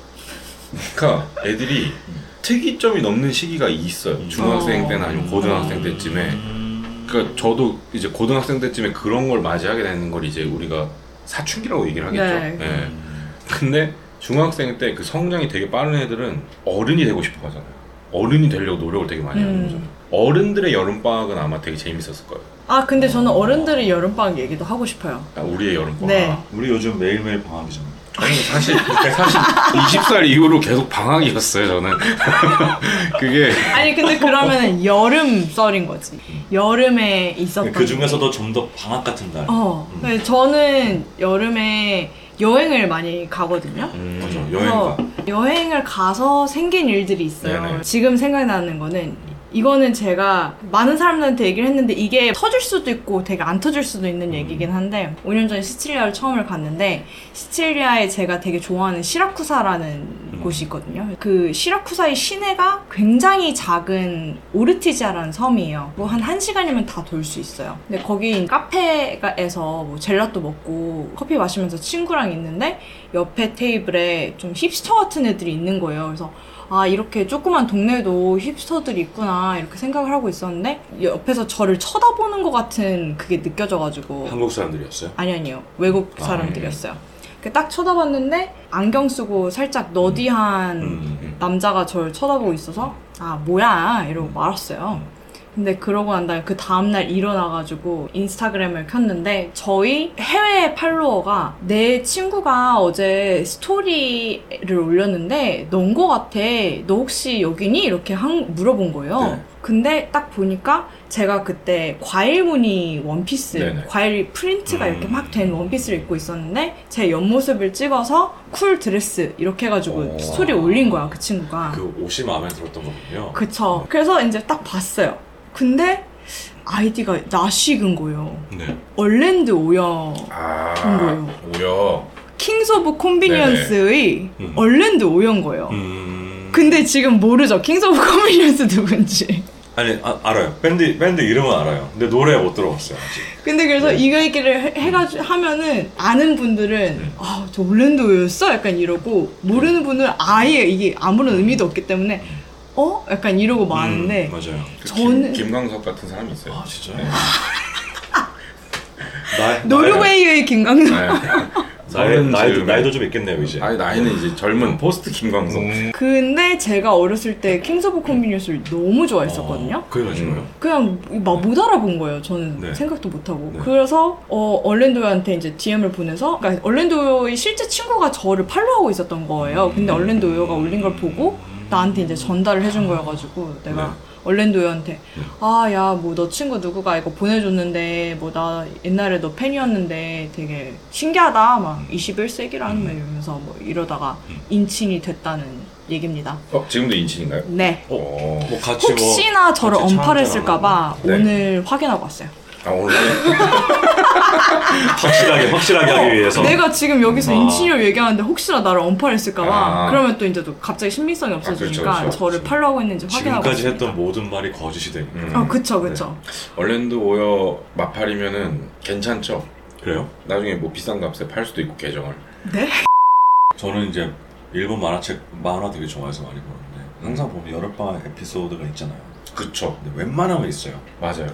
[SPEAKER 3] 그러니까 애들이
[SPEAKER 4] 음.
[SPEAKER 3] 특이점이 넘는 시기가 있어요. 중학생
[SPEAKER 2] 어.
[SPEAKER 3] 때나 아니면 고등학생 때쯤에.
[SPEAKER 4] 음.
[SPEAKER 3] 그러니까 저도 이제 고등학생 때쯤에 그런 걸 맞이하게 되는 걸 이제 우리가 사춘기라고 얘기를 하겠죠.
[SPEAKER 2] 네.
[SPEAKER 3] 예.
[SPEAKER 4] 음.
[SPEAKER 3] 근데 중학생 때 그 성장이 되게 빠른 애들은 어른이 되고 싶어 하잖아요. 어른이 되려고 노력을 되게 많이 하는 거죠.
[SPEAKER 2] 음.
[SPEAKER 3] 어른들의 여름방학은 아마 되게 재밌었을 거예요.
[SPEAKER 2] 아 근데 저는 어른들의 여름방학 얘기도 하고 싶어요.
[SPEAKER 3] 아, 우리의 여름방학.
[SPEAKER 2] 네.
[SPEAKER 4] 우리 요즘 매일매일 방학이잖아.
[SPEAKER 3] 저는 사실, 사실 20살 이후로 계속 방학이었어요, 저는. 그게.
[SPEAKER 2] 아니 근데 그러면은 여름 썰인 거지. 여름에 있었던.
[SPEAKER 4] 그 중에서도 좀 더 방학 같은 날.
[SPEAKER 2] 어.
[SPEAKER 4] 음.
[SPEAKER 2] 네, 저는 여름에 여행을 많이 가거든요.
[SPEAKER 4] 맞아
[SPEAKER 2] 어.
[SPEAKER 3] 음,
[SPEAKER 4] 여행가.
[SPEAKER 2] 여행을 가서 생긴 일들이 있어요.
[SPEAKER 3] 네네.
[SPEAKER 2] 지금 생각나는 거는 이거는 제가 많은 사람들한테 얘기를 했는데 이게 터질 수도 있고 되게 안 터질 수도
[SPEAKER 4] 음.
[SPEAKER 2] 있는 얘기긴 한데 5년 전에 시칠리아를 처음을 갔는데 시칠리아에 제가 되게 좋아하는 시라쿠사라는 곳이 있거든요. 그 시라쿠사의 시내가 굉장히 작은 오르티지아라는 섬이에요. 뭐 한 1시간이면 다 돌 수 있어요. 근데 거기 카페에서 뭐 젤라또 먹고 커피 마시면서 친구랑 있는데 옆에 테이블에 좀 힙스터 같은 애들이 있는 거예요. 그래서 아 이렇게 조그만 동네에도 힙스터들이 있구나 이렇게 생각을 하고 있었는데 옆에서 저를 쳐다보는 것 같은 그게 느껴져가지고
[SPEAKER 4] 한국 사람들이었어요?
[SPEAKER 2] 아니 아니요 외국
[SPEAKER 4] 아,
[SPEAKER 2] 사람들이었어요. 그딱 쳐다봤는데 안경 쓰고 살짝 너디한
[SPEAKER 4] 음.
[SPEAKER 2] 남자가 저를 쳐다보고 있어서 아 뭐야 이러고 말았어요. 근데 그러고 난 다음에 그 다음날 일어나가지고 인스타그램을 켰는데 저희 해외 팔로워가 내 친구가 어제 스토리를 올렸는데 넌 거 같아. 너 혹시 여기니? 이렇게 한, 물어본 거예요.
[SPEAKER 4] 네.
[SPEAKER 2] 근데 딱 보니까 제가 그때 과일 무늬 원피스,
[SPEAKER 3] 네네.
[SPEAKER 2] 과일 프린트가
[SPEAKER 4] 음.
[SPEAKER 2] 이렇게 막 된 원피스를 입고 있었는데 제 옆모습을 찍어서 쿨 드레스 이렇게 해가지고
[SPEAKER 4] 오.
[SPEAKER 2] 스토리 올린 거야 그 친구가.
[SPEAKER 4] 그 옷이 마음에 들었던 거군요.
[SPEAKER 2] 그쵸. 그래서 이제 딱 봤어요. 근데 아이디가 나식은 거예요.
[SPEAKER 4] 네.
[SPEAKER 2] 얼랜드 오영.
[SPEAKER 3] 음. 아,
[SPEAKER 2] 뭐예요?
[SPEAKER 3] 오여.
[SPEAKER 2] 킹스 오브 콘비니언스의
[SPEAKER 4] 네네. 음.
[SPEAKER 2] 얼랜드 오영 거예요.
[SPEAKER 4] 음.
[SPEAKER 2] 근데 지금 모르죠. 킹스 오브 콘비니언스 누군지.
[SPEAKER 4] 아니 아, 알아요. 밴드 밴드 이름은 알아요. 근데 노래 못 들어봤어요. 아직.
[SPEAKER 2] 근데
[SPEAKER 4] 네.
[SPEAKER 2] 그래서 이거 얘기를 해- 해가지고 하면은 아는
[SPEAKER 4] 네.
[SPEAKER 2] 분들은 아 저 올랜드 오였어? 약간 이러고
[SPEAKER 4] 음.
[SPEAKER 2] 모르는 분은 아예 이게 아무런 의미도 없기 때문에 어? 약간 이러고 마는데
[SPEAKER 4] 음, 맞아요.
[SPEAKER 3] 그
[SPEAKER 2] 저는-
[SPEAKER 3] 김, 김광석 같은 사람이 있어요.
[SPEAKER 4] 아 진짜요? 나이
[SPEAKER 2] 노르웨이의 김강석
[SPEAKER 4] 나이
[SPEAKER 3] 서른
[SPEAKER 4] 나이
[SPEAKER 3] 즈음에.
[SPEAKER 4] 나이도 음. 좀 있겠네요 이제.
[SPEAKER 3] 네. 아니 나이는 이제 젊은 포스트 김광석.
[SPEAKER 2] 근데 제가 어렸을 때 킹스 오브 콘비니언스를 너무 좋아했었거든요.
[SPEAKER 4] 어,
[SPEAKER 3] 음.
[SPEAKER 4] 그래가지고요.
[SPEAKER 2] 그냥 막 못 알아본 거예요. 저는
[SPEAKER 4] 네.
[SPEAKER 2] 생각도 못 하고.
[SPEAKER 4] 네.
[SPEAKER 2] 그래서 어, 얼랜도한테 이제 DM을 보내서 그러니까 얼랜도의 실제 친구가 저를 팔로우하고 있었던
[SPEAKER 4] 음.
[SPEAKER 2] 거예요. 근데 얼랜도가 올린 걸 보고 나한테 이제 전달을 해준 거여가지고 내가
[SPEAKER 4] 네.
[SPEAKER 2] 얼랜도한테 아 야 뭐 너 친구 누구가 이거 보내줬는데 뭐 나 옛날에 너 팬이었는데 되게 신기하다 막
[SPEAKER 4] 음.
[SPEAKER 2] 21세기라는 막 이러면서 뭐 이러다가 인친이 됐다는 얘기입니다.
[SPEAKER 3] 어, 지금도 인친인가요?
[SPEAKER 2] 네.
[SPEAKER 3] 어.
[SPEAKER 4] 뭐 같이
[SPEAKER 2] 혹시나 저를
[SPEAKER 4] 같이 차 한잔
[SPEAKER 2] 언팔했을까봐
[SPEAKER 3] 네.
[SPEAKER 2] 오늘 확인하고 왔어요.
[SPEAKER 3] 아 오늘
[SPEAKER 4] 뭐 확실하게 확실하게 하기 위해서.
[SPEAKER 2] 어, 내가 지금 여기서
[SPEAKER 4] 아.
[SPEAKER 2] 인친이를 얘기하는데 혹시나 나를 언팔했을까봐
[SPEAKER 3] 아.
[SPEAKER 2] 그러면 또 이제 또 갑자기 신빙성이
[SPEAKER 4] 아,
[SPEAKER 2] 없어지니까
[SPEAKER 3] 그렇죠, 그렇죠.
[SPEAKER 2] 저를 팔로우하고 있는지 확인하고
[SPEAKER 4] 지금까지
[SPEAKER 2] 왔습니다.
[SPEAKER 4] 했던 모든 말이 거짓이 됩니다.
[SPEAKER 3] 음.
[SPEAKER 2] 아 그쵸 그쵸
[SPEAKER 3] 얼랜도 오여 마팔이면은 괜찮죠.
[SPEAKER 4] 그래요?
[SPEAKER 3] 나중에 뭐 비싼 값에 팔 수도 있고 계정을.
[SPEAKER 2] 네?
[SPEAKER 4] 저는 이제 일본 만화책 만화 되게 좋아해서 많이 보는데 항상 보면 여름방학 에피소드가 있잖아요.
[SPEAKER 3] 그쵸.
[SPEAKER 4] 근데 웬만하면 있어요.
[SPEAKER 3] 맞아요.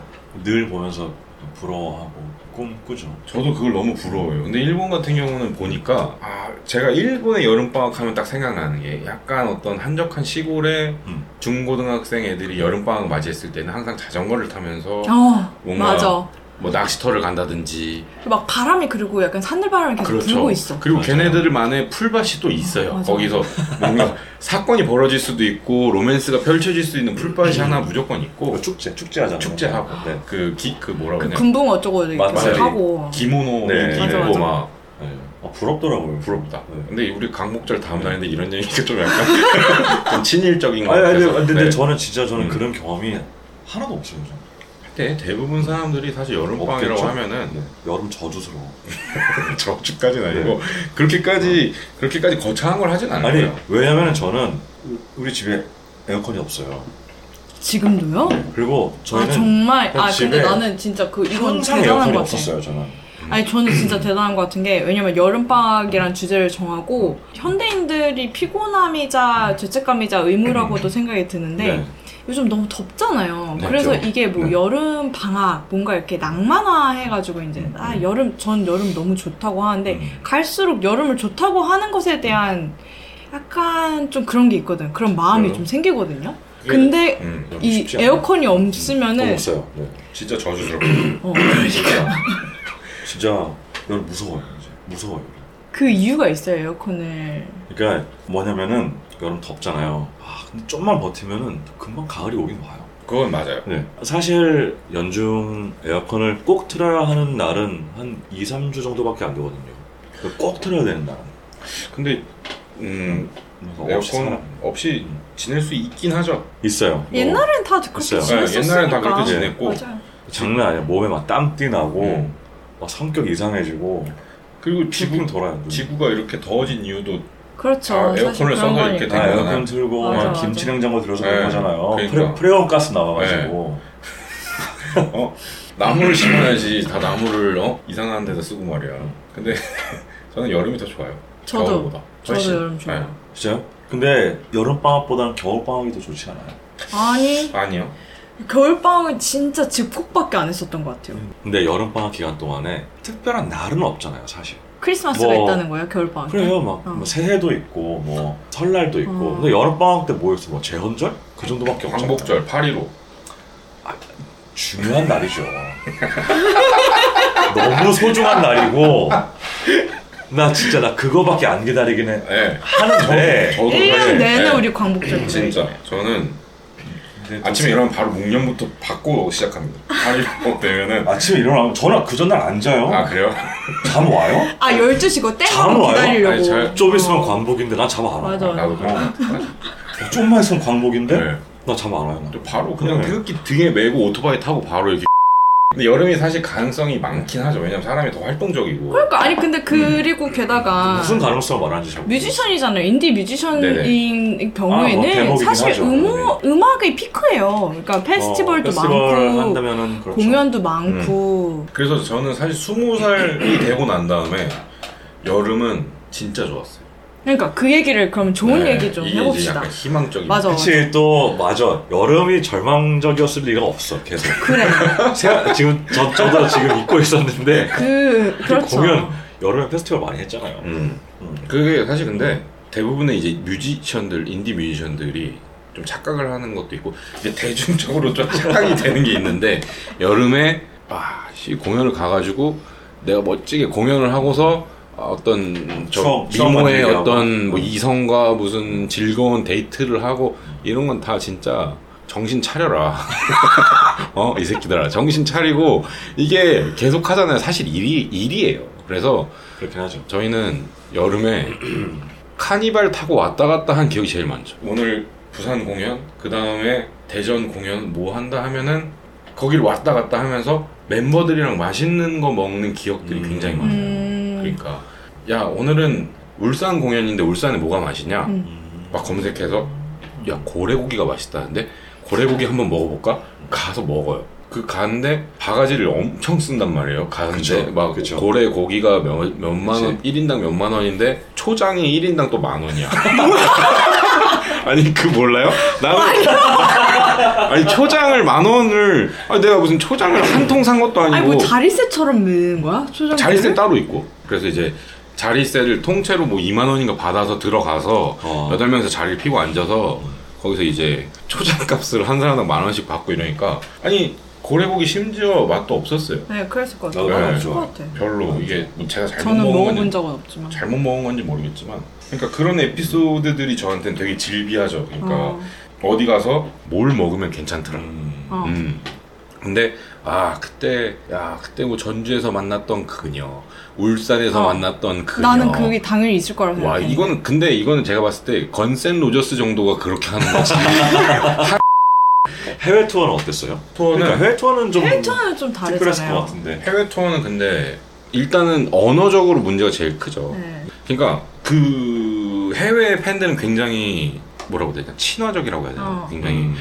[SPEAKER 4] 늘 보면서 부러워하고 꿈꾸죠.
[SPEAKER 3] 저도 그걸 너무 부러워요. 근데 일본 같은 경우는 보니까 아 제가 일본의 여름방학 하면 딱 생각나는 게 약간 어떤 한적한 시골에
[SPEAKER 4] 음.
[SPEAKER 3] 중고등학생 애들이 여름방학 맞이했을 때는 항상 자전거를 타면서
[SPEAKER 2] 어
[SPEAKER 3] 뭔가
[SPEAKER 2] 맞아
[SPEAKER 3] 뭐 낚시터를 간다든지
[SPEAKER 2] 막 바람이 그리고 약간 산들바람이 계속
[SPEAKER 4] 그렇죠.
[SPEAKER 2] 불고 있어
[SPEAKER 3] 그렇죠. 그리고
[SPEAKER 4] 맞아요.
[SPEAKER 3] 걔네들만의 풀밭이 또 있어요.
[SPEAKER 2] 맞아요.
[SPEAKER 3] 거기서 뭔가 사건이 벌어질 수도 있고 로맨스가 펼쳐질 수 있는 풀밭이 하나 무조건 있고
[SPEAKER 4] 뭐 축제 축제 하잖아요.
[SPEAKER 3] 축제하고
[SPEAKER 4] 음. 네.
[SPEAKER 3] 그 기 그 뭐라
[SPEAKER 2] 그
[SPEAKER 3] 그러냐
[SPEAKER 2] 군붕 어쩌고 이렇게
[SPEAKER 4] 맞아요.
[SPEAKER 2] 하고
[SPEAKER 3] 기모노
[SPEAKER 4] 네.
[SPEAKER 3] 네.
[SPEAKER 2] 맞아, 맞아.
[SPEAKER 3] 입고 막
[SPEAKER 4] 네. 아, 부럽더라고요.
[SPEAKER 3] 부럽다.
[SPEAKER 4] 네.
[SPEAKER 3] 근데 우리 강목절 다음 날인데 이런 얘기가 좀 약간 좀 친일적인 것
[SPEAKER 4] 아니, 아니,
[SPEAKER 3] 같아서.
[SPEAKER 4] 근데, 근데
[SPEAKER 3] 네.
[SPEAKER 4] 저는 진짜 저는
[SPEAKER 3] 음.
[SPEAKER 4] 그런 경험이 하나도 없어요. 저는.
[SPEAKER 3] 근데 대부분 사람들이 사실 여름방학이라고
[SPEAKER 4] 없겠죠? 네.
[SPEAKER 3] 하면은
[SPEAKER 4] 여름 저주스러워.
[SPEAKER 3] 저주까지는 아니고 그렇게까지 그렇게까지 거창한 걸 하진
[SPEAKER 4] 네. 어. 아니,
[SPEAKER 3] 않아요.
[SPEAKER 4] 왜냐면 저는 우리 집에 에어컨이 없어요.
[SPEAKER 2] 지금도요?
[SPEAKER 4] 그리고
[SPEAKER 2] 아
[SPEAKER 4] 네, 저희는
[SPEAKER 2] 정말 아 근데
[SPEAKER 4] 집에
[SPEAKER 2] 나는 진짜 그 이건
[SPEAKER 4] 항상
[SPEAKER 2] 대단한
[SPEAKER 4] 에어컨이
[SPEAKER 2] 것 같아
[SPEAKER 4] 없었어요, 저는.
[SPEAKER 2] 아니 저는 진짜 대단한 것 같은 게 왜냐면 여름방학이란 주제를 정하고 현대인들이 피곤함이자 죄책감이자 의무라고도 생각이 드는데
[SPEAKER 4] 네.
[SPEAKER 2] 요즘 너무 덥잖아요.
[SPEAKER 4] 네,
[SPEAKER 2] 그래서
[SPEAKER 4] 그렇죠.
[SPEAKER 2] 이게 뭐
[SPEAKER 4] 네.
[SPEAKER 2] 여름 방학 뭔가 이렇게 낭만화 해가지고 이제
[SPEAKER 4] 음,
[SPEAKER 2] 아
[SPEAKER 4] 음.
[SPEAKER 2] 여름 전 여름 너무 좋다고 하는데
[SPEAKER 4] 음.
[SPEAKER 2] 갈수록 여름을 좋다고 하는 것에 대한 약간 좀 그런 게 있거든. 그런 마음이
[SPEAKER 4] 그래요? 예.
[SPEAKER 2] 좀 생기거든요.
[SPEAKER 3] 그게-
[SPEAKER 2] 근데
[SPEAKER 3] 음,
[SPEAKER 4] 너무
[SPEAKER 2] 이
[SPEAKER 4] 쉽지 않아요.
[SPEAKER 2] 에어컨이 없으면은
[SPEAKER 4] 없어요. 네.
[SPEAKER 3] 진짜 저주스럽고 그러니까
[SPEAKER 2] 어,
[SPEAKER 4] 진짜 진짜 여름 무서워요. 이제 무서워요.
[SPEAKER 2] 그 이유가 있어요. 에어컨을
[SPEAKER 4] 그러니까 뭐냐면은 여름 덥잖아요. 아 근데 좀만 버티면은 금방 가을이 오긴 와요.
[SPEAKER 3] 그건 맞아요.
[SPEAKER 4] 네. 사실 연중 에어컨을 꼭 틀어야 하는 그러니까 날은 한 2, 3주 정도밖에 안 되거든요. 꼭 틀어야 되는 날은.
[SPEAKER 3] 근데 음,
[SPEAKER 4] 뭔가 없이
[SPEAKER 3] 에어컨
[SPEAKER 4] 살아.
[SPEAKER 3] 없이 지낼 수 있긴 하죠.
[SPEAKER 4] 있어요.
[SPEAKER 3] 뭐,
[SPEAKER 2] 옛날엔 다 그렇게
[SPEAKER 4] 있어요.
[SPEAKER 3] 네,
[SPEAKER 2] 지냈었으니까.
[SPEAKER 3] 옛날엔 다 그렇게 지냈고
[SPEAKER 2] 맞아요.
[SPEAKER 4] 장난 아니야. 몸에 막 땀띠 나고
[SPEAKER 3] 음.
[SPEAKER 4] 막 성격 이상해지고
[SPEAKER 3] 그리고
[SPEAKER 4] 피부
[SPEAKER 3] 지구
[SPEAKER 4] 돌아요. 눈.
[SPEAKER 3] 지구가 이렇게 더워진 이유도
[SPEAKER 2] 그렇죠.
[SPEAKER 3] 아,
[SPEAKER 2] 사실 그런
[SPEAKER 3] 에어컨을 써서
[SPEAKER 2] 거니까.
[SPEAKER 3] 이렇게 된
[SPEAKER 4] 아, 에어컨
[SPEAKER 3] 거잖아요.
[SPEAKER 4] 틀고
[SPEAKER 2] 맞아,
[SPEAKER 4] 막
[SPEAKER 2] 맞아.
[SPEAKER 4] 김치 냉장고 들어서 그런
[SPEAKER 3] 네,
[SPEAKER 4] 거잖아요.
[SPEAKER 3] 그러니까. 네.
[SPEAKER 4] 프레, 프레온 가스 나와가지고
[SPEAKER 3] 어 나무를 심어야지 다 나무를 어 이상한 데다 쓰고 말이야. 근데 저는 여름이 더 좋아요.
[SPEAKER 2] 저도.
[SPEAKER 3] 겨울보다 훨씬.
[SPEAKER 2] 저도 여름 좋아요.
[SPEAKER 4] 진짜요? 근데 여름 방학보다는 겨울 방학이 더 좋지 않아요?
[SPEAKER 2] 아니
[SPEAKER 3] 네. 아니요.
[SPEAKER 2] 겨울 방학은 진짜 집콕밖에 안 했었던 것 같아요.
[SPEAKER 4] 근데 여름 방학 기간 동안에 특별한 날은 없잖아요, 사실.
[SPEAKER 2] 크리스마스가
[SPEAKER 4] 뭐,
[SPEAKER 2] 있다는 거예요 겨울 방학.
[SPEAKER 4] 그래요, 막,
[SPEAKER 2] 어.
[SPEAKER 4] 뭐 새해도 있고, 뭐 설날도 있고.
[SPEAKER 2] 어.
[SPEAKER 4] 근데 여름 방학 때 뭐였어? 뭐 제헌절? 그 정도밖에 없잖아요.
[SPEAKER 3] 광복절 8.15
[SPEAKER 4] 중요한 날이죠. 너무 소중한 날이고. 나 진짜 나 그거밖에 안 기다리긴 해.
[SPEAKER 3] 예.
[SPEAKER 4] 하는데. 네.
[SPEAKER 3] 저도
[SPEAKER 2] 1년
[SPEAKER 3] 사실,
[SPEAKER 2] 내내
[SPEAKER 3] 예,
[SPEAKER 2] 우리 광복절
[SPEAKER 3] 진짜 저는
[SPEAKER 4] 근데 또
[SPEAKER 3] 아침에 일어나면 바로 목련부터 받고 시작합니다. 8.15 되면은
[SPEAKER 4] 아침에 일어나면 저는 그 전날 안 자요.
[SPEAKER 3] 아 그래요?
[SPEAKER 4] 잠 와요?
[SPEAKER 2] 아 12시 그거
[SPEAKER 4] 잠
[SPEAKER 2] 땡하고
[SPEAKER 4] 와요?
[SPEAKER 2] 기다리려고.
[SPEAKER 3] 아니, 잘-
[SPEAKER 4] 좀 있으면
[SPEAKER 2] 어.
[SPEAKER 4] 광복인데 난 잠 안 와요.
[SPEAKER 2] 맞아.
[SPEAKER 3] 나도 그런 거 같아.
[SPEAKER 4] 어, 좀만 있으면 광복인데
[SPEAKER 3] 네.
[SPEAKER 4] 나 잠 안 와요. 나.
[SPEAKER 3] 또 바로 그냥
[SPEAKER 4] 네.
[SPEAKER 3] 태극기 등에 메고 오토바이 타고 바로 이렇게 근데 여름이 사실 가능성이 많긴 하죠 왜냐면 사람이 더 활동적이고
[SPEAKER 2] 그러니까 아니 근데 그리고 게다가
[SPEAKER 4] 음. 무슨 가능성을 말하는지 잘 모르겠어요.
[SPEAKER 2] 아. 뮤지션이잖아요. 인디 뮤지션인
[SPEAKER 4] 아, 뭐
[SPEAKER 2] 경우에는
[SPEAKER 4] 대목이긴
[SPEAKER 2] 사실
[SPEAKER 4] 하죠. 네.
[SPEAKER 2] 음호, 음악의 피크예요. 그러니까 페스티벌도
[SPEAKER 4] 어, 페스티벌
[SPEAKER 2] 많고
[SPEAKER 4] 한다면은 그렇죠. 음.
[SPEAKER 2] 공연도 많고
[SPEAKER 3] 그래서 저는 사실 스무 살이 되고 난 다음에 여름은 진짜 좋았어요
[SPEAKER 2] 그러니까 그 얘기를 그럼 좋은
[SPEAKER 3] 네,
[SPEAKER 2] 얘기 좀
[SPEAKER 3] 이게 이제
[SPEAKER 2] 해봅시다.
[SPEAKER 3] 약간 희망적인
[SPEAKER 2] 맞아.
[SPEAKER 4] 그치 또 맞아 여름이 절망적이었을 리가 없어 계속
[SPEAKER 2] 그래.
[SPEAKER 4] 제가 지금 저, 저도 지금 잊고 있었는데
[SPEAKER 2] 그
[SPEAKER 4] 그
[SPEAKER 2] 그렇죠.
[SPEAKER 4] 공연 여름에 페스티벌 많이 했잖아요
[SPEAKER 3] 음.
[SPEAKER 4] 음.
[SPEAKER 3] 그게 사실 근데 대부분의 이제 뮤지션들 인디 뮤지션들이 좀 착각을 하는 것도 있고 이제 대중적으로 좀 착각이 되는 게 있는데 여름에 아씨 공연을 가가지고 내가 멋지게 공연을 하고서 아, 어떤 저
[SPEAKER 4] 추억, 추억
[SPEAKER 3] 미모의
[SPEAKER 4] 만들기
[SPEAKER 3] 어떤
[SPEAKER 4] 하고. 음.
[SPEAKER 3] 뭐 이성과 무슨 즐거운 데이트를 하고 이런 건 다 진짜 정신 차려라 어 이 새끼들아 정신 차리고 이게 계속 하잖아요 사실 일이 일이에요 그래서
[SPEAKER 4] 그렇긴 하죠
[SPEAKER 3] 저희는 여름에 카니발 타고 왔다 갔다 한 기억이 제일 많죠. 오늘 부산 공연, 그 다음에 대전 공연 뭐 한다 하면은 거길 왔다 갔다 하면서 멤버들이랑 맛있는 거 먹는 기억들이
[SPEAKER 4] 음.
[SPEAKER 3] 굉장히 많아요.
[SPEAKER 2] 음,
[SPEAKER 3] 그러니까 야 오늘은 울산 공연인데 울산에 뭐가 맛있냐?
[SPEAKER 2] 음.
[SPEAKER 4] 음.
[SPEAKER 3] 막 검색해서 야 고래고기가 맛있다는데 고래고기 한번 먹어볼까? 가서 먹어요. 그 가는데 바가지를 엄청 쓴단 말이에요. 가는데
[SPEAKER 4] 그쵸,
[SPEAKER 3] 막
[SPEAKER 4] 그쵸.
[SPEAKER 3] 고래 고기가 몇, 몇만 원, 1인당 몇만 원인데 초장이 1인당 또 만 원이야. 아니 그 몰라요? 나는 아니 초장을 만 원을 아니 내가 무슨 초장을 한 통 산 것도 아니고
[SPEAKER 2] 아니 뭐 자리세처럼 넣는 거야? 초장
[SPEAKER 3] 자리세 따로 있고 그래서 이제 자리세를 통째로 뭐 2만 원인가 받아서 들어가서
[SPEAKER 4] 어.
[SPEAKER 3] 여덟 명이서 자리를 피고 앉아서 거기서 이제 초장값을 한 사람당 만 원씩 받고 이러니까 아니 고래고기 심지어 맛도 없었어요
[SPEAKER 2] 네, 그랬을 것 같아요.
[SPEAKER 4] 나도
[SPEAKER 3] 네.
[SPEAKER 4] 맛없을
[SPEAKER 2] 그랬을 것 같아.
[SPEAKER 3] 별로 이게 뭐 제가 잘못
[SPEAKER 2] 저는
[SPEAKER 3] 먹은
[SPEAKER 2] 먹어본
[SPEAKER 3] 건지
[SPEAKER 2] 적은 없지만.
[SPEAKER 3] 잘못 먹은 건지 모르겠지만 그러니까 그런 에피소드들이 저한테는 되게 질비하죠 그러니까
[SPEAKER 2] 어,
[SPEAKER 3] 어. 디 가서 뭘 먹으면 괜찮더라
[SPEAKER 4] 음.
[SPEAKER 2] 어.
[SPEAKER 3] 음. 근데 아 그때 야 그때 뭐 전주에서 만났던 그녀 울산에서
[SPEAKER 2] 어.
[SPEAKER 3] 만났던 그녀
[SPEAKER 2] 나는 그게 당연히 있을 거라고
[SPEAKER 3] 아. 와
[SPEAKER 2] 생각해.
[SPEAKER 3] 이건 근데 이거는 제가 봤을 때 건센 로저스 정도가 그렇게 하는 거지
[SPEAKER 4] 해외 투어는 어땠어요? 그러니까
[SPEAKER 3] 투어는
[SPEAKER 4] 해외 투어는 좀
[SPEAKER 2] 헬터는 좀
[SPEAKER 4] 특별했을 것
[SPEAKER 2] 다르잖아요.
[SPEAKER 4] 같은데
[SPEAKER 3] 해외 투어는 근데 일단은 언어적으로 문제가 제일 크죠
[SPEAKER 2] 네.
[SPEAKER 3] 그러니까 그 해외 팬들은 굉장히 뭐라고 해야 되냐 친화적이라고 해야 되나
[SPEAKER 2] 어.
[SPEAKER 3] 굉장히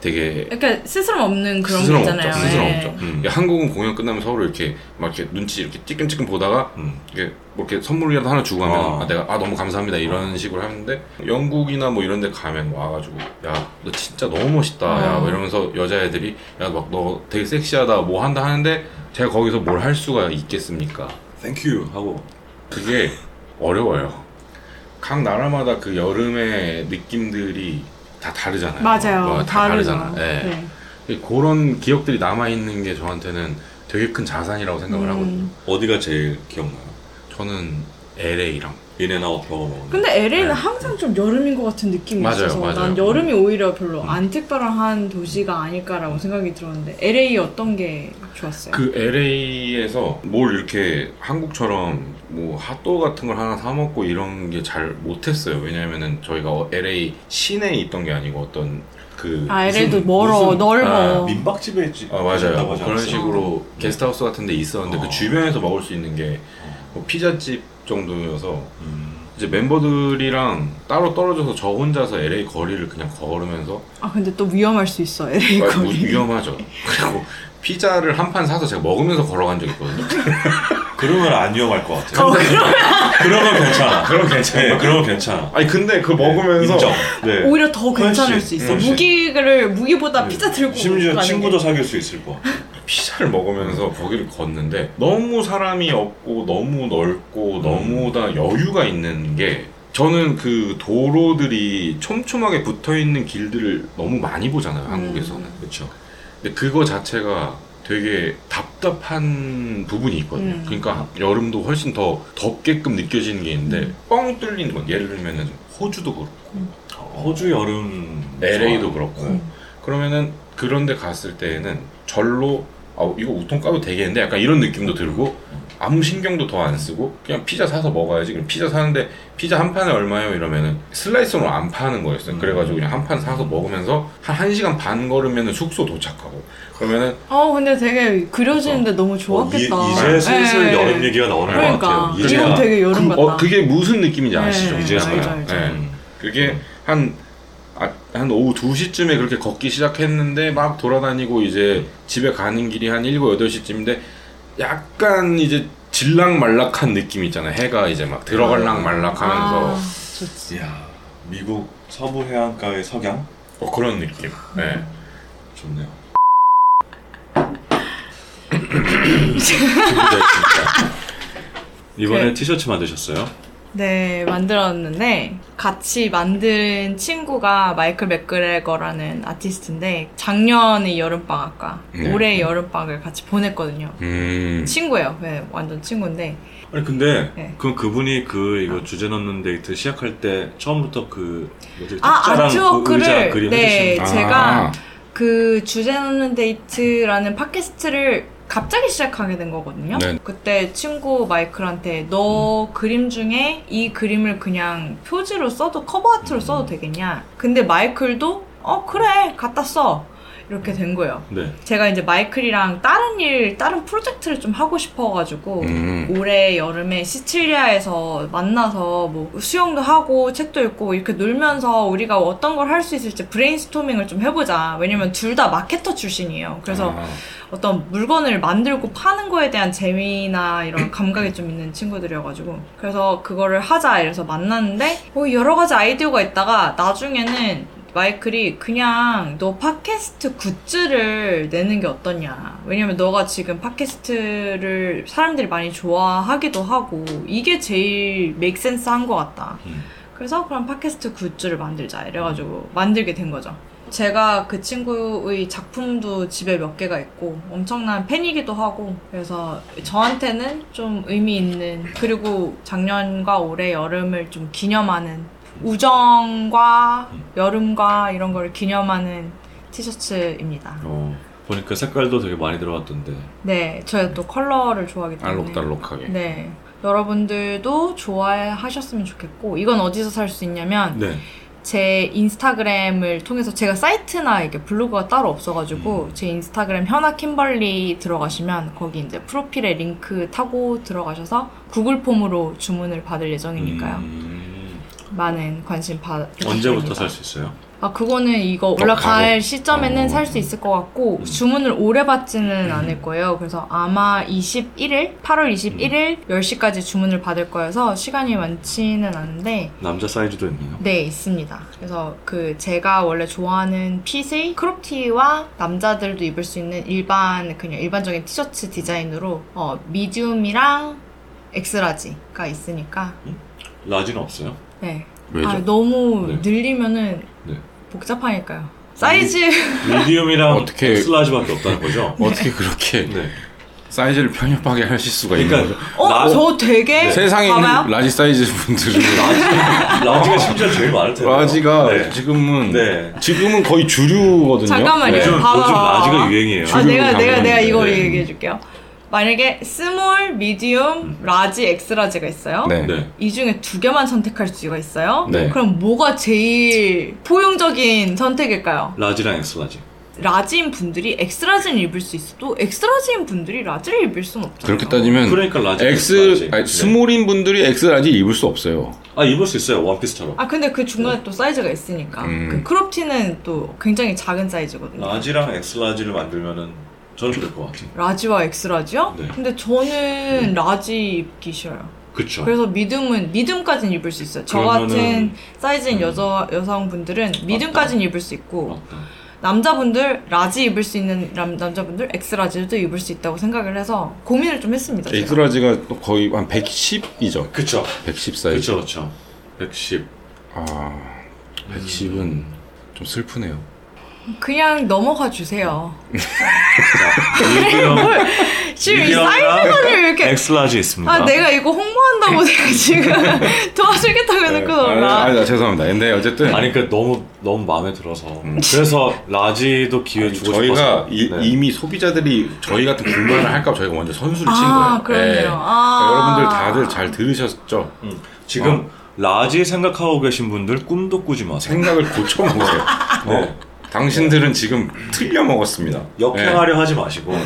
[SPEAKER 3] 되게
[SPEAKER 2] 그러니까 스스럼 없는 그런 게
[SPEAKER 3] 스스럼
[SPEAKER 2] 있잖아요.
[SPEAKER 3] 없죠 스스럼
[SPEAKER 2] 예.
[SPEAKER 3] 없죠 음.
[SPEAKER 4] 음.
[SPEAKER 3] 야, 한국은 공연 끝나면 서로 이렇게 막 이렇게 눈치 이렇게 찌끔찌끔 보다가
[SPEAKER 4] 음.
[SPEAKER 3] 이렇게 뭐 이렇게 선물이라도 하나 주고 가면
[SPEAKER 4] 어.
[SPEAKER 3] 아, 내가 아 너무 감사합니다 이런 식으로 하는데 영국이나 뭐 이런 데 가면 와가지고 야 너 진짜 너무 멋있다 야
[SPEAKER 2] 어.
[SPEAKER 3] 뭐 이러면서 여자애들이 야 막 너 되게 섹시하다 뭐 한다 하는데 제가 거기서 뭘 할 수가 있겠습니까
[SPEAKER 4] Thank you 하고
[SPEAKER 3] 그게 어려워요 각 나라마다 그 여름의 느낌들이 다 다르잖아요
[SPEAKER 2] 맞아요.
[SPEAKER 3] 뭐, 다
[SPEAKER 2] 다르죠.
[SPEAKER 3] 다르잖아 예.
[SPEAKER 2] 네.
[SPEAKER 3] 그런 기억들이 남아있는 게 저한테는 되게 큰 자산이라고 생각을
[SPEAKER 2] 음.
[SPEAKER 3] 하거든요
[SPEAKER 4] 어디가 제일 기억나요?
[SPEAKER 3] 저는 LA랑
[SPEAKER 4] 인앤아웃 버거 먹는
[SPEAKER 2] 근데 LA는
[SPEAKER 3] 네.
[SPEAKER 2] 항상 좀 여름인 것 같은 느낌이
[SPEAKER 3] 맞아요,
[SPEAKER 2] 있어서
[SPEAKER 3] 맞아요.
[SPEAKER 2] 난 여름이
[SPEAKER 4] 음.
[SPEAKER 2] 오히려 별로 안 특별한 도시가 아닐까라고 생각이 들었는데 LA 어떤 게 좋았어요?
[SPEAKER 3] 그 LA에서 뭘 이렇게 한국처럼 뭐 핫도그 같은 걸 하나 사 먹고 이런 게 잘 못했어요. 왜냐면은 저희가 어, LA 시내에 있던 게 아니고 어떤 그
[SPEAKER 2] 아
[SPEAKER 3] 무슨-
[SPEAKER 2] LA도 멀어
[SPEAKER 3] 무슨-
[SPEAKER 2] 넓어
[SPEAKER 3] 아,
[SPEAKER 4] 민박집에 있지
[SPEAKER 3] 아 맞아요.
[SPEAKER 4] 있다고
[SPEAKER 3] 뭐
[SPEAKER 4] 하지
[SPEAKER 3] 그런
[SPEAKER 4] 않았어요?
[SPEAKER 3] 식으로 게스트하우스 같은 데 있었는데
[SPEAKER 4] 어.
[SPEAKER 3] 그 주변에서 먹을 수 있는 게 뭐 피자집 정도여서
[SPEAKER 4] 음.
[SPEAKER 3] 이제 멤버들이랑 따로 떨어져서 저 혼자서 LA 거리를 그냥 걸으면서
[SPEAKER 2] 아 근데 또 위험할 수 있어 LA
[SPEAKER 3] 아, 무-
[SPEAKER 2] 거리
[SPEAKER 3] 위험하죠. 그리고 피자를 한 판 사서 제가 먹으면서 걸어간 적이 있거든요.
[SPEAKER 4] 그러면 안 위험할 것 같아요.
[SPEAKER 2] 어, 그러면
[SPEAKER 4] 그러면 괜찮아.
[SPEAKER 3] 그럼 괜찮아요.
[SPEAKER 4] 네, 그러면 괜찮아.
[SPEAKER 3] 아니 근데 그거 먹으면서
[SPEAKER 4] 인정. 네.
[SPEAKER 2] 오히려 더 괜찮을
[SPEAKER 4] 훨씬,
[SPEAKER 2] 수 있어
[SPEAKER 4] 훨씬. 네.
[SPEAKER 2] 무기를 무기보다 피자 들고
[SPEAKER 4] 심지어
[SPEAKER 2] 가는
[SPEAKER 4] 친구도
[SPEAKER 2] 게.
[SPEAKER 4] 사귈 수 있을 거.
[SPEAKER 3] 피자를 먹으면서 거기를 걷는데 너무 사람이 없고 너무 넓고 너무 다 여유가 있는 게 저는 그 도로들이 촘촘하게 붙어 있는 길들을 너무 많이 보잖아요 한국에서는
[SPEAKER 4] 그렇죠.
[SPEAKER 3] 근데 그거 자체가 되게 답답한 부분이 있거든요.
[SPEAKER 2] 음.
[SPEAKER 3] 그러니까 여름도 훨씬 더 덥게끔 느껴지는 게 있는데 뻥 뚫리는 건 예를 들면은 호주도 그렇고
[SPEAKER 4] 호주 여름
[SPEAKER 3] LA도
[SPEAKER 4] 좋아.
[SPEAKER 3] 그렇고
[SPEAKER 4] 네.
[SPEAKER 3] 그러면은 그런데 갔을 때에는 절로 아 이거 우통 까도 되겠는데 약간 이런 느낌도 들고 아무 신경도 더 안 쓰고 그냥 피자 사서 먹어야지 그럼 피자 사는데 피자 한 판에 얼마예요 이러면은 슬라이스로 안 파는 거였어요
[SPEAKER 4] 음.
[SPEAKER 3] 그래가지고 그냥 한 판 사서 먹으면서 한 1시간 반 걸으면은 숙소 도착하고 그러면은
[SPEAKER 2] 어 근데 되게 그려지는데 너무
[SPEAKER 4] 어, 이,
[SPEAKER 2] 좋았겠다
[SPEAKER 4] 이제 슬슬
[SPEAKER 2] 네.
[SPEAKER 4] 여름 얘기가 나오는 것
[SPEAKER 2] 그러니까
[SPEAKER 4] 같아요.
[SPEAKER 3] 이제야.
[SPEAKER 2] 이건 되게 여름
[SPEAKER 3] 그,
[SPEAKER 2] 같다
[SPEAKER 3] 어, 그게 무슨 느낌인지 아시죠?
[SPEAKER 2] 네,
[SPEAKER 3] 이제야
[SPEAKER 4] 알죠,
[SPEAKER 3] 봐요.
[SPEAKER 2] 알죠.
[SPEAKER 3] 네.
[SPEAKER 4] 음.
[SPEAKER 3] 그게 한, 아, 한 오후 2시쯤에 그렇게 걷기 시작했는데 막 돌아다니고 이제 집에 가는 길이 한 7, 8시쯤인데 약간 이제 질락말락한 느낌 있잖아요. 해가 이제 막 들어갈락 말락하면서
[SPEAKER 2] 아, 좋지
[SPEAKER 4] 이야 미국 서부 해안가의 석양
[SPEAKER 3] 어, 그런 느낌.
[SPEAKER 2] 음.
[SPEAKER 3] 네.
[SPEAKER 4] 좋네요. 이번에
[SPEAKER 2] 네.
[SPEAKER 4] 티셔츠 만드셨어요?
[SPEAKER 2] 네, 만들었는데 같이 만든 친구가 마이클 맥그레거라는 아티스트인데 작년의 여름방학과
[SPEAKER 3] 네.
[SPEAKER 2] 올해 의 여름방학을 같이 보냈거든요.
[SPEAKER 3] 음.
[SPEAKER 2] 친구예요. 네, 완전 친구인데
[SPEAKER 4] 아니 근데
[SPEAKER 2] 네.
[SPEAKER 4] 그럼 그분이 그 이거 주제 넣는 데이트 시작할 때 처음부터 그 뭐지
[SPEAKER 2] 아
[SPEAKER 4] 탁자랑
[SPEAKER 2] 아트워크를
[SPEAKER 4] 의자 그림
[SPEAKER 2] 네
[SPEAKER 4] 해주신
[SPEAKER 3] 아.
[SPEAKER 2] 제가
[SPEAKER 4] 아.
[SPEAKER 2] 그 주제넘는 데이트라는 팟캐스트를 갑자기 시작하게 된 거거든요.
[SPEAKER 3] 네. 음.
[SPEAKER 2] 그때 친구 마이클한테 너 그림 중에 이 그림을 그냥 표지로 써도 커버 아트로
[SPEAKER 3] 음.
[SPEAKER 2] 써도 되겠냐? 근데 마이클도 어 그래 갖다 써 이렇게 된 거예요.
[SPEAKER 4] 네.
[SPEAKER 2] 제가 이제 마이클이랑 다른 일, 다른 프로젝트를 좀 하고 싶어가지고
[SPEAKER 3] 음.
[SPEAKER 2] 올해 여름에 시칠리아에서 만나서 뭐 수영도 하고 책도 읽고 이렇게 놀면서 우리가 어떤 걸 할 수 있을지 브레인스토밍을 좀 해보자. 왜냐면 둘 다 마케터 출신이에요. 그래서
[SPEAKER 3] 아.
[SPEAKER 2] 어떤 물건을 만들고 파는 거에 대한 재미나 이런 감각이 좀 있는 친구들이어가지고 그래서 그거를 하자 이래서 만났는데 뭐 여러 가지 아이디어가 있다가 나중에는 마이클이 그냥 너 팟캐스트 굿즈를 내는 게 어떠냐 왜냐면 너가 지금 팟캐스트를 사람들이 많이 좋아하기도 하고 이게 제일 맥센스한 것 같다
[SPEAKER 4] 음.
[SPEAKER 2] 그래서 그럼 팟캐스트 굿즈를 만들자 이래가지고 만들게 된 거죠 제가 그 친구의 작품도 집에 몇 개가 있고 엄청난 팬이기도 하고 그래서 저한테는 좀 의미 있는 그리고 작년과 올해 여름을 좀 기념하는 우정과 여름과 이런 걸 기념하는 티셔츠입니다.
[SPEAKER 4] 어, 보니까 색깔도 되게 많이 들어갔던데
[SPEAKER 2] 네, 저희 또 컬러를 좋아하기 때문에
[SPEAKER 3] 알록달록하게.
[SPEAKER 2] 네, 여러분들도 좋아하셨으면 좋겠고 이건 어디서 살 수 있냐면
[SPEAKER 4] 네.
[SPEAKER 2] 제 인스타그램을 통해서 제가 사이트나 이게 블로그가 따로
[SPEAKER 4] 음.
[SPEAKER 2] 없어가지고 제 인스타그램 현아 킴벌리 들어가시면 거기 이제 프로필에 링크 타고 들어가셔서 구글 폼으로 주문을 받을 예정이니까요.
[SPEAKER 4] 음,
[SPEAKER 2] 많은 관심 받.
[SPEAKER 4] 언제부터 살 수 있어요?
[SPEAKER 2] 아 그거는 이거
[SPEAKER 3] 더
[SPEAKER 2] 올라갈
[SPEAKER 3] 가고?
[SPEAKER 2] 시점에는
[SPEAKER 4] 어.
[SPEAKER 2] 살 수 있을 것 같고
[SPEAKER 4] 음.
[SPEAKER 2] 주문을 오래 받지는 않을 거예요. 그래서 아마 21일, 8월 21일
[SPEAKER 4] 음.
[SPEAKER 2] 10시까지 주문을 받을 거여서 시간이 많지는 않은데
[SPEAKER 4] 남자 사이즈도 있나요?
[SPEAKER 2] 네, 있습니다. 그래서 그 제가 원래 좋아하는 핏의 크롭티와 남자들도 입을 수 있는 일반 그냥 일반적인 티셔츠 디자인으로 어 미디움이랑 엑스라지가 있으니까
[SPEAKER 4] 라지는 없어요.
[SPEAKER 2] 네.
[SPEAKER 3] 왜죠?
[SPEAKER 2] 아, 너무
[SPEAKER 4] 네.
[SPEAKER 2] 늘리면은
[SPEAKER 4] 네.
[SPEAKER 2] 복잡하니까요. 사이즈
[SPEAKER 4] 미디움이랑
[SPEAKER 3] 어떻게-
[SPEAKER 4] 슬라지밖에 없다는 거죠?
[SPEAKER 3] 어떻게 뭐 그렇게
[SPEAKER 4] 네.
[SPEAKER 3] 사이즈를 편협하게 하실 수가 있는
[SPEAKER 4] 그러니까
[SPEAKER 3] 거죠.
[SPEAKER 2] 어,
[SPEAKER 4] 라-
[SPEAKER 2] 저 되게
[SPEAKER 3] 네. 세상에
[SPEAKER 2] 봐봐요.
[SPEAKER 3] 있는 라지 사이즈 분들은
[SPEAKER 4] 라지가 심지어 제일 많을 텐데.
[SPEAKER 3] 라지가
[SPEAKER 4] 네.
[SPEAKER 3] 지금은
[SPEAKER 4] 네.
[SPEAKER 3] 지금은 거의 주류거든요.
[SPEAKER 2] 잠깐만요.
[SPEAKER 3] 네.
[SPEAKER 4] 요즘
[SPEAKER 2] 봐봐,
[SPEAKER 4] 요즘
[SPEAKER 2] 봐봐.
[SPEAKER 4] 라지가 유행이에요.
[SPEAKER 2] 아, 내가 내가
[SPEAKER 3] 당연히
[SPEAKER 2] 내가 이거
[SPEAKER 3] 네.
[SPEAKER 2] 얘기해 줄게요. 만약에 스몰, 미디움, 라지, 엑스라지가 있어요.
[SPEAKER 3] 네.
[SPEAKER 4] 네.
[SPEAKER 2] 이 중에 두 개만 선택할 수가 있어요.
[SPEAKER 3] 네.
[SPEAKER 2] 그럼 뭐가 제일 포용적인 선택일까요?
[SPEAKER 4] 라지랑 엑스라지.
[SPEAKER 2] 라지인 분들이 엑스라지를 입을 수 있어도 엑스라지인 분들이 라지를 입을 수는 없잖아요.
[SPEAKER 3] 그렇게 따지면
[SPEAKER 4] 그러니까 라지.
[SPEAKER 3] X
[SPEAKER 4] 엑스라지. 네.
[SPEAKER 3] 아니, 스몰인 분들이 X 라지 입을 수 없어요.
[SPEAKER 4] 아 입을 수 있어요 원피스처럼.
[SPEAKER 2] 아 근데 그 중간에 또 사이즈가 있으니까
[SPEAKER 3] 네. 음.
[SPEAKER 2] 그 크롭티는 또 굉장히 작은 사이즈거든요.
[SPEAKER 4] 라지랑 엑스라지를 만들면은 저는 그럴 것 같아요.
[SPEAKER 2] 라지와 엑스라지요?
[SPEAKER 4] 네.
[SPEAKER 2] 근데 저는 라지 입기 싫어요.
[SPEAKER 4] 그쵸.
[SPEAKER 2] 그래서 미듬은 미듬까지는 입을 수 있어요. 저 같은
[SPEAKER 4] 그러면은-
[SPEAKER 2] 사이즈인 여자 여성분들은 미듬까지는 입을 수
[SPEAKER 3] 아.
[SPEAKER 2] 있고
[SPEAKER 4] 맞다.
[SPEAKER 2] 남자분들 라지 입을 수 있는 남, 남자분들 엑스라지도 입을 수 있다고 생각을 해서 고민을 좀 했습니다.
[SPEAKER 4] 그렇죠.
[SPEAKER 2] 제가.
[SPEAKER 3] X 라지가 또 거의 한 110이죠.
[SPEAKER 4] 그쵸.
[SPEAKER 3] 110 사이즈.
[SPEAKER 4] 그쵸 그쵸. 110.
[SPEAKER 3] 아, 110은 좀 슬프네요.
[SPEAKER 2] 그냥 넘어가 주세요.
[SPEAKER 4] 자 미디엄
[SPEAKER 2] 지금 이
[SPEAKER 4] 미디엄과
[SPEAKER 2] 사이즈만을 왜 이렇게
[SPEAKER 4] 엑스라지 있습니다.
[SPEAKER 2] 아 내가 이거 홍보한다고 내가 지금 도와주겠다고
[SPEAKER 3] 네.
[SPEAKER 2] 해놓고
[SPEAKER 3] 아니,
[SPEAKER 2] 나
[SPEAKER 3] 아니, 나 죄송합니다. 근데 어쨌든
[SPEAKER 4] 아니 그러니까 너무 너무 마음에 들어서 그래서 라지도 기회
[SPEAKER 3] 아니,
[SPEAKER 4] 주고
[SPEAKER 3] 저희가
[SPEAKER 4] 싶어서
[SPEAKER 3] 이,
[SPEAKER 4] 네.
[SPEAKER 3] 이미 소비자들이 저희 같은 불만을 할까 봐 저희가 먼저 선수를 친 거예요.
[SPEAKER 2] 아, 그러네요.
[SPEAKER 3] 예.
[SPEAKER 2] 아.
[SPEAKER 3] 그러니까 여러분들 다들 잘 들으셨죠?
[SPEAKER 4] 음, 지금 라지 생각하고 계신 분들 꿈도 꾸지 마세요.
[SPEAKER 3] 아. 생각을 고쳐 먹어요. 어. 당신들은 지금 틀려 먹었습니다.
[SPEAKER 4] 네. 역행하려 하지 마시고
[SPEAKER 3] 예,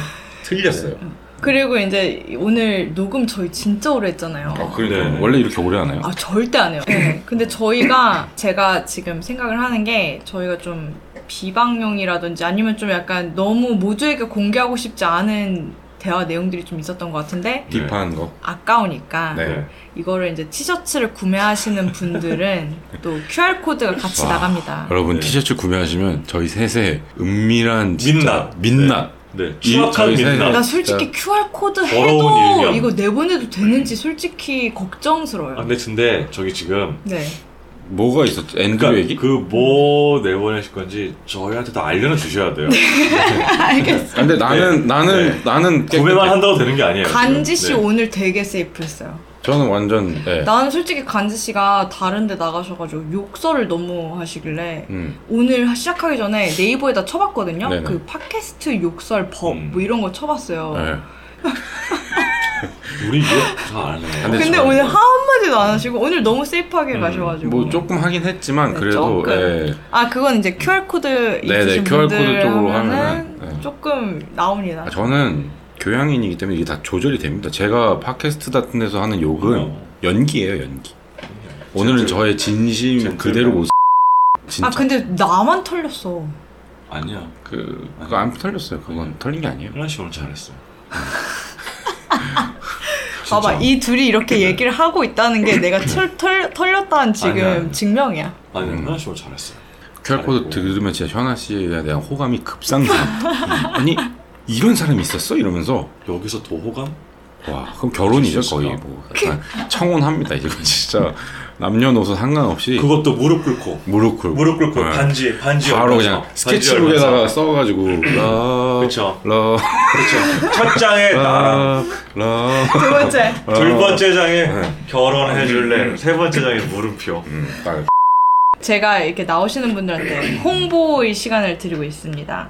[SPEAKER 3] 틀렸어요.
[SPEAKER 4] 네.
[SPEAKER 2] 그리고 이제 오늘 녹음 저희 진짜 오래 했잖아요.
[SPEAKER 3] 아, 그러니까
[SPEAKER 4] 네.
[SPEAKER 3] 원래 이렇게 오래 하나요?
[SPEAKER 2] 아 절대 안 해요. 네. 근데 저희가 제가 지금 생각을 하는 게 저희가 좀 비방용이라든지 아니면 좀 약간 너무 모두에게 공개하고 싶지 않은 대화 내용들이 좀 있었던 것 같은데
[SPEAKER 3] 딥한 거.
[SPEAKER 2] 아까우니까
[SPEAKER 3] 네.
[SPEAKER 2] 이거를 이제 티셔츠를 구매하시는 분들은 또 QR 코드가 같이
[SPEAKER 3] 와.
[SPEAKER 2] 나갑니다.
[SPEAKER 3] 여러분
[SPEAKER 4] 네.
[SPEAKER 3] 티셔츠 구매하시면 저희 셋의 은밀한 진짜
[SPEAKER 4] 민낯.
[SPEAKER 3] 민낯
[SPEAKER 4] 네
[SPEAKER 3] 이-
[SPEAKER 4] 추악한
[SPEAKER 3] 저희 사이에-
[SPEAKER 2] 나
[SPEAKER 4] 민낯.
[SPEAKER 2] 그러니까 솔직히 QR 코드
[SPEAKER 4] 더러운
[SPEAKER 2] 해도
[SPEAKER 4] 일이야.
[SPEAKER 2] 이거 내보내도 되는지 솔직히
[SPEAKER 4] 아,
[SPEAKER 2] 걱정스러워요.
[SPEAKER 4] 근데 근데 저기 지금
[SPEAKER 2] 네.
[SPEAKER 3] 뭐가 있었죠? 앤드류 얘기?
[SPEAKER 4] 그러니까 그뭐 내보내실 건지 저희한테 다 알려주셔야 돼요.
[SPEAKER 3] 네.
[SPEAKER 2] 알겠어.
[SPEAKER 3] 아, 근데 나는 나는
[SPEAKER 4] 네.
[SPEAKER 3] 나는
[SPEAKER 4] 구매만
[SPEAKER 3] 깨끗해.
[SPEAKER 4] 한다고 되는 게 아니에요. 지금.
[SPEAKER 2] 간지 씨
[SPEAKER 4] 네.
[SPEAKER 2] 오늘 되게 세이프했어요.
[SPEAKER 3] 저는 완전 예.
[SPEAKER 2] 나는 솔직히 간지 씨가 다른 데 나가셔가지고 욕설을 너무 하시길래
[SPEAKER 3] 음.
[SPEAKER 2] 오늘 시작하기 전에 네이버에다 쳐봤거든요.
[SPEAKER 3] 네네.
[SPEAKER 2] 그 팟캐스트 욕설 법 뭐
[SPEAKER 4] 음. 네.
[SPEAKER 2] 이런 거 쳐봤어요.
[SPEAKER 3] 예.
[SPEAKER 4] 우리 이거 다안 해요.
[SPEAKER 3] 근데
[SPEAKER 2] 근데
[SPEAKER 3] 저는
[SPEAKER 2] 오늘 한 마디도 안 하시고 오늘 너무 세이프하게
[SPEAKER 4] 음,
[SPEAKER 2] 가셔가지고
[SPEAKER 3] 뭐 조금 하긴 했지만
[SPEAKER 2] 네,
[SPEAKER 3] 그래도
[SPEAKER 2] 조금.
[SPEAKER 3] 예.
[SPEAKER 2] 아 그건 이제 QR 코드
[SPEAKER 3] 네네,
[SPEAKER 2] 있으신
[SPEAKER 3] QR 코드
[SPEAKER 2] 분들
[SPEAKER 3] 쪽으로
[SPEAKER 2] 하면은
[SPEAKER 3] 하면은, 네.
[SPEAKER 2] 조금 나옵니다.
[SPEAKER 3] 아, 저는 교양인이기 때문에 이게 다 조절이 됩니다. 제가 팟캐스트 같은 데서 하는 욕은
[SPEAKER 4] 어.
[SPEAKER 3] 연기예요, 연기. 오늘은
[SPEAKER 4] 젠틀-
[SPEAKER 3] 저의 진심
[SPEAKER 4] 젠틀맨.
[SPEAKER 3] 그대로 못. 진짜
[SPEAKER 2] 아 근데 나만 털렸어.
[SPEAKER 4] 아니야.
[SPEAKER 3] 그 그거 안 털렸어요. 그건 털린 게 아니에요.
[SPEAKER 4] 혜란 씨 오늘 잘했어.
[SPEAKER 2] 봐봐 이 둘이 이렇게 얘기를 하고 있다는 게 내가 털, 털, 털렸다는 지금
[SPEAKER 4] 아니야, 아니야.
[SPEAKER 2] 증명이야.
[SPEAKER 4] 아니
[SPEAKER 3] 음.
[SPEAKER 4] 혜란 씨 오늘 잘했어.
[SPEAKER 3] QR 코드
[SPEAKER 4] 잘했고.
[SPEAKER 3] 들으면 진짜 현아 씨에 대한 호감이 급상승. 아니 이런 사람이 있었어? 이러면서
[SPEAKER 4] 여기서 더 호감?
[SPEAKER 3] 와 그럼 결혼이죠
[SPEAKER 4] 진짜.
[SPEAKER 3] 거의 뭐 약간 청혼합니다 이거 진짜 남녀노소 상관없이
[SPEAKER 4] 그것도 무릎 꿇고.
[SPEAKER 3] 예. 무릎 꿇고
[SPEAKER 4] 무릎 꿇고
[SPEAKER 3] 네.
[SPEAKER 4] 반지 반지
[SPEAKER 3] 바로
[SPEAKER 4] 얹어서.
[SPEAKER 3] 그냥
[SPEAKER 4] 반지
[SPEAKER 3] 스케치북에다가 어.
[SPEAKER 4] 얹어서.
[SPEAKER 3] 써가지고
[SPEAKER 4] 그쵸.
[SPEAKER 3] 러러러러
[SPEAKER 4] 그렇죠. 첫 장에
[SPEAKER 3] 아,
[SPEAKER 4] 나랑
[SPEAKER 2] 두 번째.
[SPEAKER 4] 둘 번째 장에
[SPEAKER 3] 네. 음.
[SPEAKER 4] 결혼해 줄래 세 번째 장에 물음표
[SPEAKER 2] 제가 이렇게 나오시는 분들한테 홍보의 시간을 드리고 있습니다.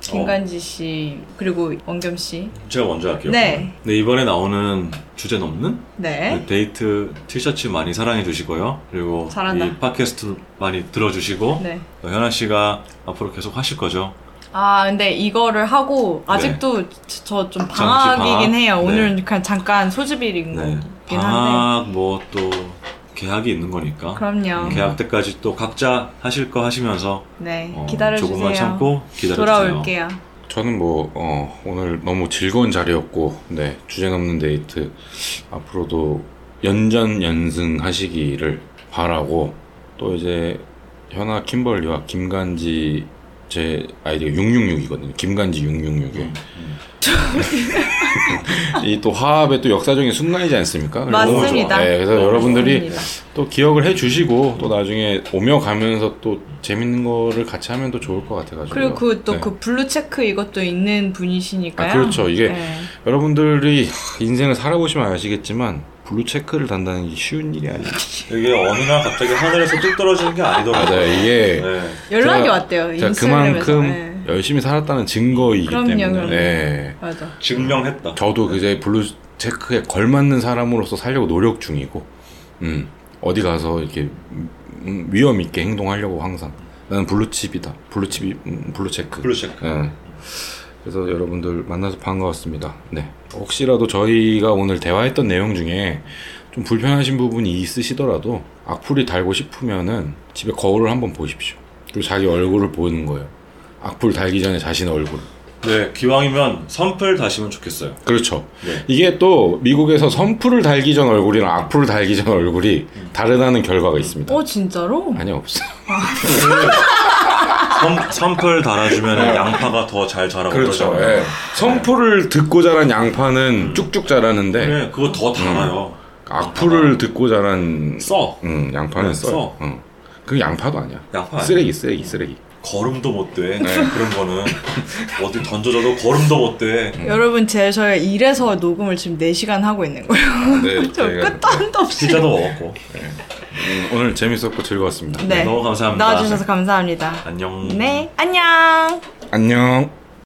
[SPEAKER 2] 김간지 씨 그리고 원겸 씨.
[SPEAKER 4] 제가 먼저 할게요
[SPEAKER 2] 네.
[SPEAKER 4] 네 이번에 나오는 주제 넘는
[SPEAKER 2] 네.
[SPEAKER 4] 네, 데이트 티셔츠 많이 사랑해 주시고요 그리고
[SPEAKER 2] 잘한다.
[SPEAKER 4] 이 팟캐스트 많이 들어주시고
[SPEAKER 2] 네.
[SPEAKER 4] 어, 현아 씨가 앞으로 계속 하실 거죠
[SPEAKER 2] 아 근데 이거를 하고 아직도 저 좀 방학이긴
[SPEAKER 4] 방학.
[SPEAKER 2] 해요.
[SPEAKER 4] 네.
[SPEAKER 2] 오늘은 그냥 잠깐 소집일인
[SPEAKER 4] 네
[SPEAKER 2] 거긴 음, 한데.
[SPEAKER 4] 방학 뭐 또 계약이 있는 거니까
[SPEAKER 2] 그럼요.
[SPEAKER 4] 계약 때까지 또 각자 하실 거 하시면서
[SPEAKER 2] 네.
[SPEAKER 4] 어,
[SPEAKER 2] 기다려 주세요.
[SPEAKER 4] 조금만 참고 기다려 주세요
[SPEAKER 2] 돌아올게요.
[SPEAKER 3] 저는 뭐 어, 오늘 너무 즐거운 자리였고 네 주제 넘는 데이트 앞으로도 연전 연승 하시기를 바라고 또 이제 현아 킴벌리와 김간지 제 아이디가 666이거든요. 김간지 666에
[SPEAKER 4] 음.
[SPEAKER 3] 이 또 화합의 또 역사적인 순간이지 않습니까? 그래서 너무
[SPEAKER 2] 맞습니다. 음.
[SPEAKER 3] 좋아. 예, 그래서 여러분들이
[SPEAKER 2] 맞습니다.
[SPEAKER 3] 또 기억을 해주시고 또 나중에 오며 가면서 또 재밌는 거를 같이 하면 또 좋을 것 같아가지고
[SPEAKER 2] 그리고 그 또
[SPEAKER 3] 네.
[SPEAKER 2] 그 블루 체크 이것도 있는 분이시니까요.
[SPEAKER 3] 아, 그렇죠. 이게
[SPEAKER 2] 네.
[SPEAKER 3] 여러분들이 인생을 살아보시면 아시겠지만 블루 체크를 단다는 게 쉬운 일이 아니에요.
[SPEAKER 4] 이게 어느 날 갑자기 하늘에서 뚝 떨어지는 게 아니더라고요.
[SPEAKER 3] 맞아요. 이게
[SPEAKER 4] 네.
[SPEAKER 2] 연락이
[SPEAKER 3] 제가-
[SPEAKER 2] 왔대요.
[SPEAKER 3] 자
[SPEAKER 2] 인스타그램에서.
[SPEAKER 3] 그만큼
[SPEAKER 2] 네.
[SPEAKER 3] 열심히 살았다는 증거이기
[SPEAKER 2] 그럼요,
[SPEAKER 3] 때문에
[SPEAKER 2] 그럼요.
[SPEAKER 3] 예.
[SPEAKER 2] 맞아.
[SPEAKER 4] 증명했다.
[SPEAKER 3] 저도 그제 블루 체크에 걸맞는 사람으로서 살려고 노력 중이고 음, 어디 가서 이렇게 음, 위험 있게 행동하려고 항상 나는 블루칩이다. 블루칩이 음, 블루 체크.
[SPEAKER 4] 블루체크.
[SPEAKER 3] 예. 그래서 여러분들 만나서 반가웠습니다. 네. 혹시라도 저희가 오늘 대화했던 내용 중에 좀 불편하신 부분이 있으시더라도 악플이 달고 싶으면은 집에 거울을 한번 보십시오. 그리고 자기 얼굴을 보는 거예요. 악플 달기 전에 자신 얼굴.
[SPEAKER 4] 네, 기왕이면 선풀 다시면 좋겠어요.
[SPEAKER 3] 그렇죠.
[SPEAKER 4] 네.
[SPEAKER 3] 이게 또 미국에서 선풀을 달기 전 얼굴이랑 악플을 달기 전 얼굴이 다르다는 결과가 있습니다.
[SPEAKER 2] 어 진짜로?
[SPEAKER 3] 아니 없어. 요
[SPEAKER 4] 선, 선풀 달아주면 양파가 더 잘 자라고 네. 그러잖아요.
[SPEAKER 3] 선풀을 듣고 자란 양파는 쭉쭉 자라는데
[SPEAKER 4] 네, 그거 더 달아요.
[SPEAKER 3] 악플을 듣고 자란
[SPEAKER 4] 써.
[SPEAKER 3] 음, 양파는
[SPEAKER 4] 네,
[SPEAKER 3] 써요.
[SPEAKER 4] 써.
[SPEAKER 3] 응. 그 양파도 아니야.
[SPEAKER 4] 양파 아니야.
[SPEAKER 3] 쓰레기, 쓰레기, 쓰레기.
[SPEAKER 4] 걸음도 못 돼. 그런 거는 어디 던져줘도 걸음도 못 돼.
[SPEAKER 2] 여러분 제 저희가 이래서 녹음을 지금 4시간 하고 있는 거예요.
[SPEAKER 3] 네,
[SPEAKER 2] 저 끝도 한도 없이.
[SPEAKER 4] 피자도 먹었고.
[SPEAKER 3] 음, 오늘 재밌었고 즐거웠습니다. 아, 음.
[SPEAKER 2] 네.
[SPEAKER 4] 너무 감사합니다.
[SPEAKER 2] 나와주셔서 감사합니다.
[SPEAKER 4] 안녕.
[SPEAKER 2] 네. 안녕.
[SPEAKER 3] 안녕.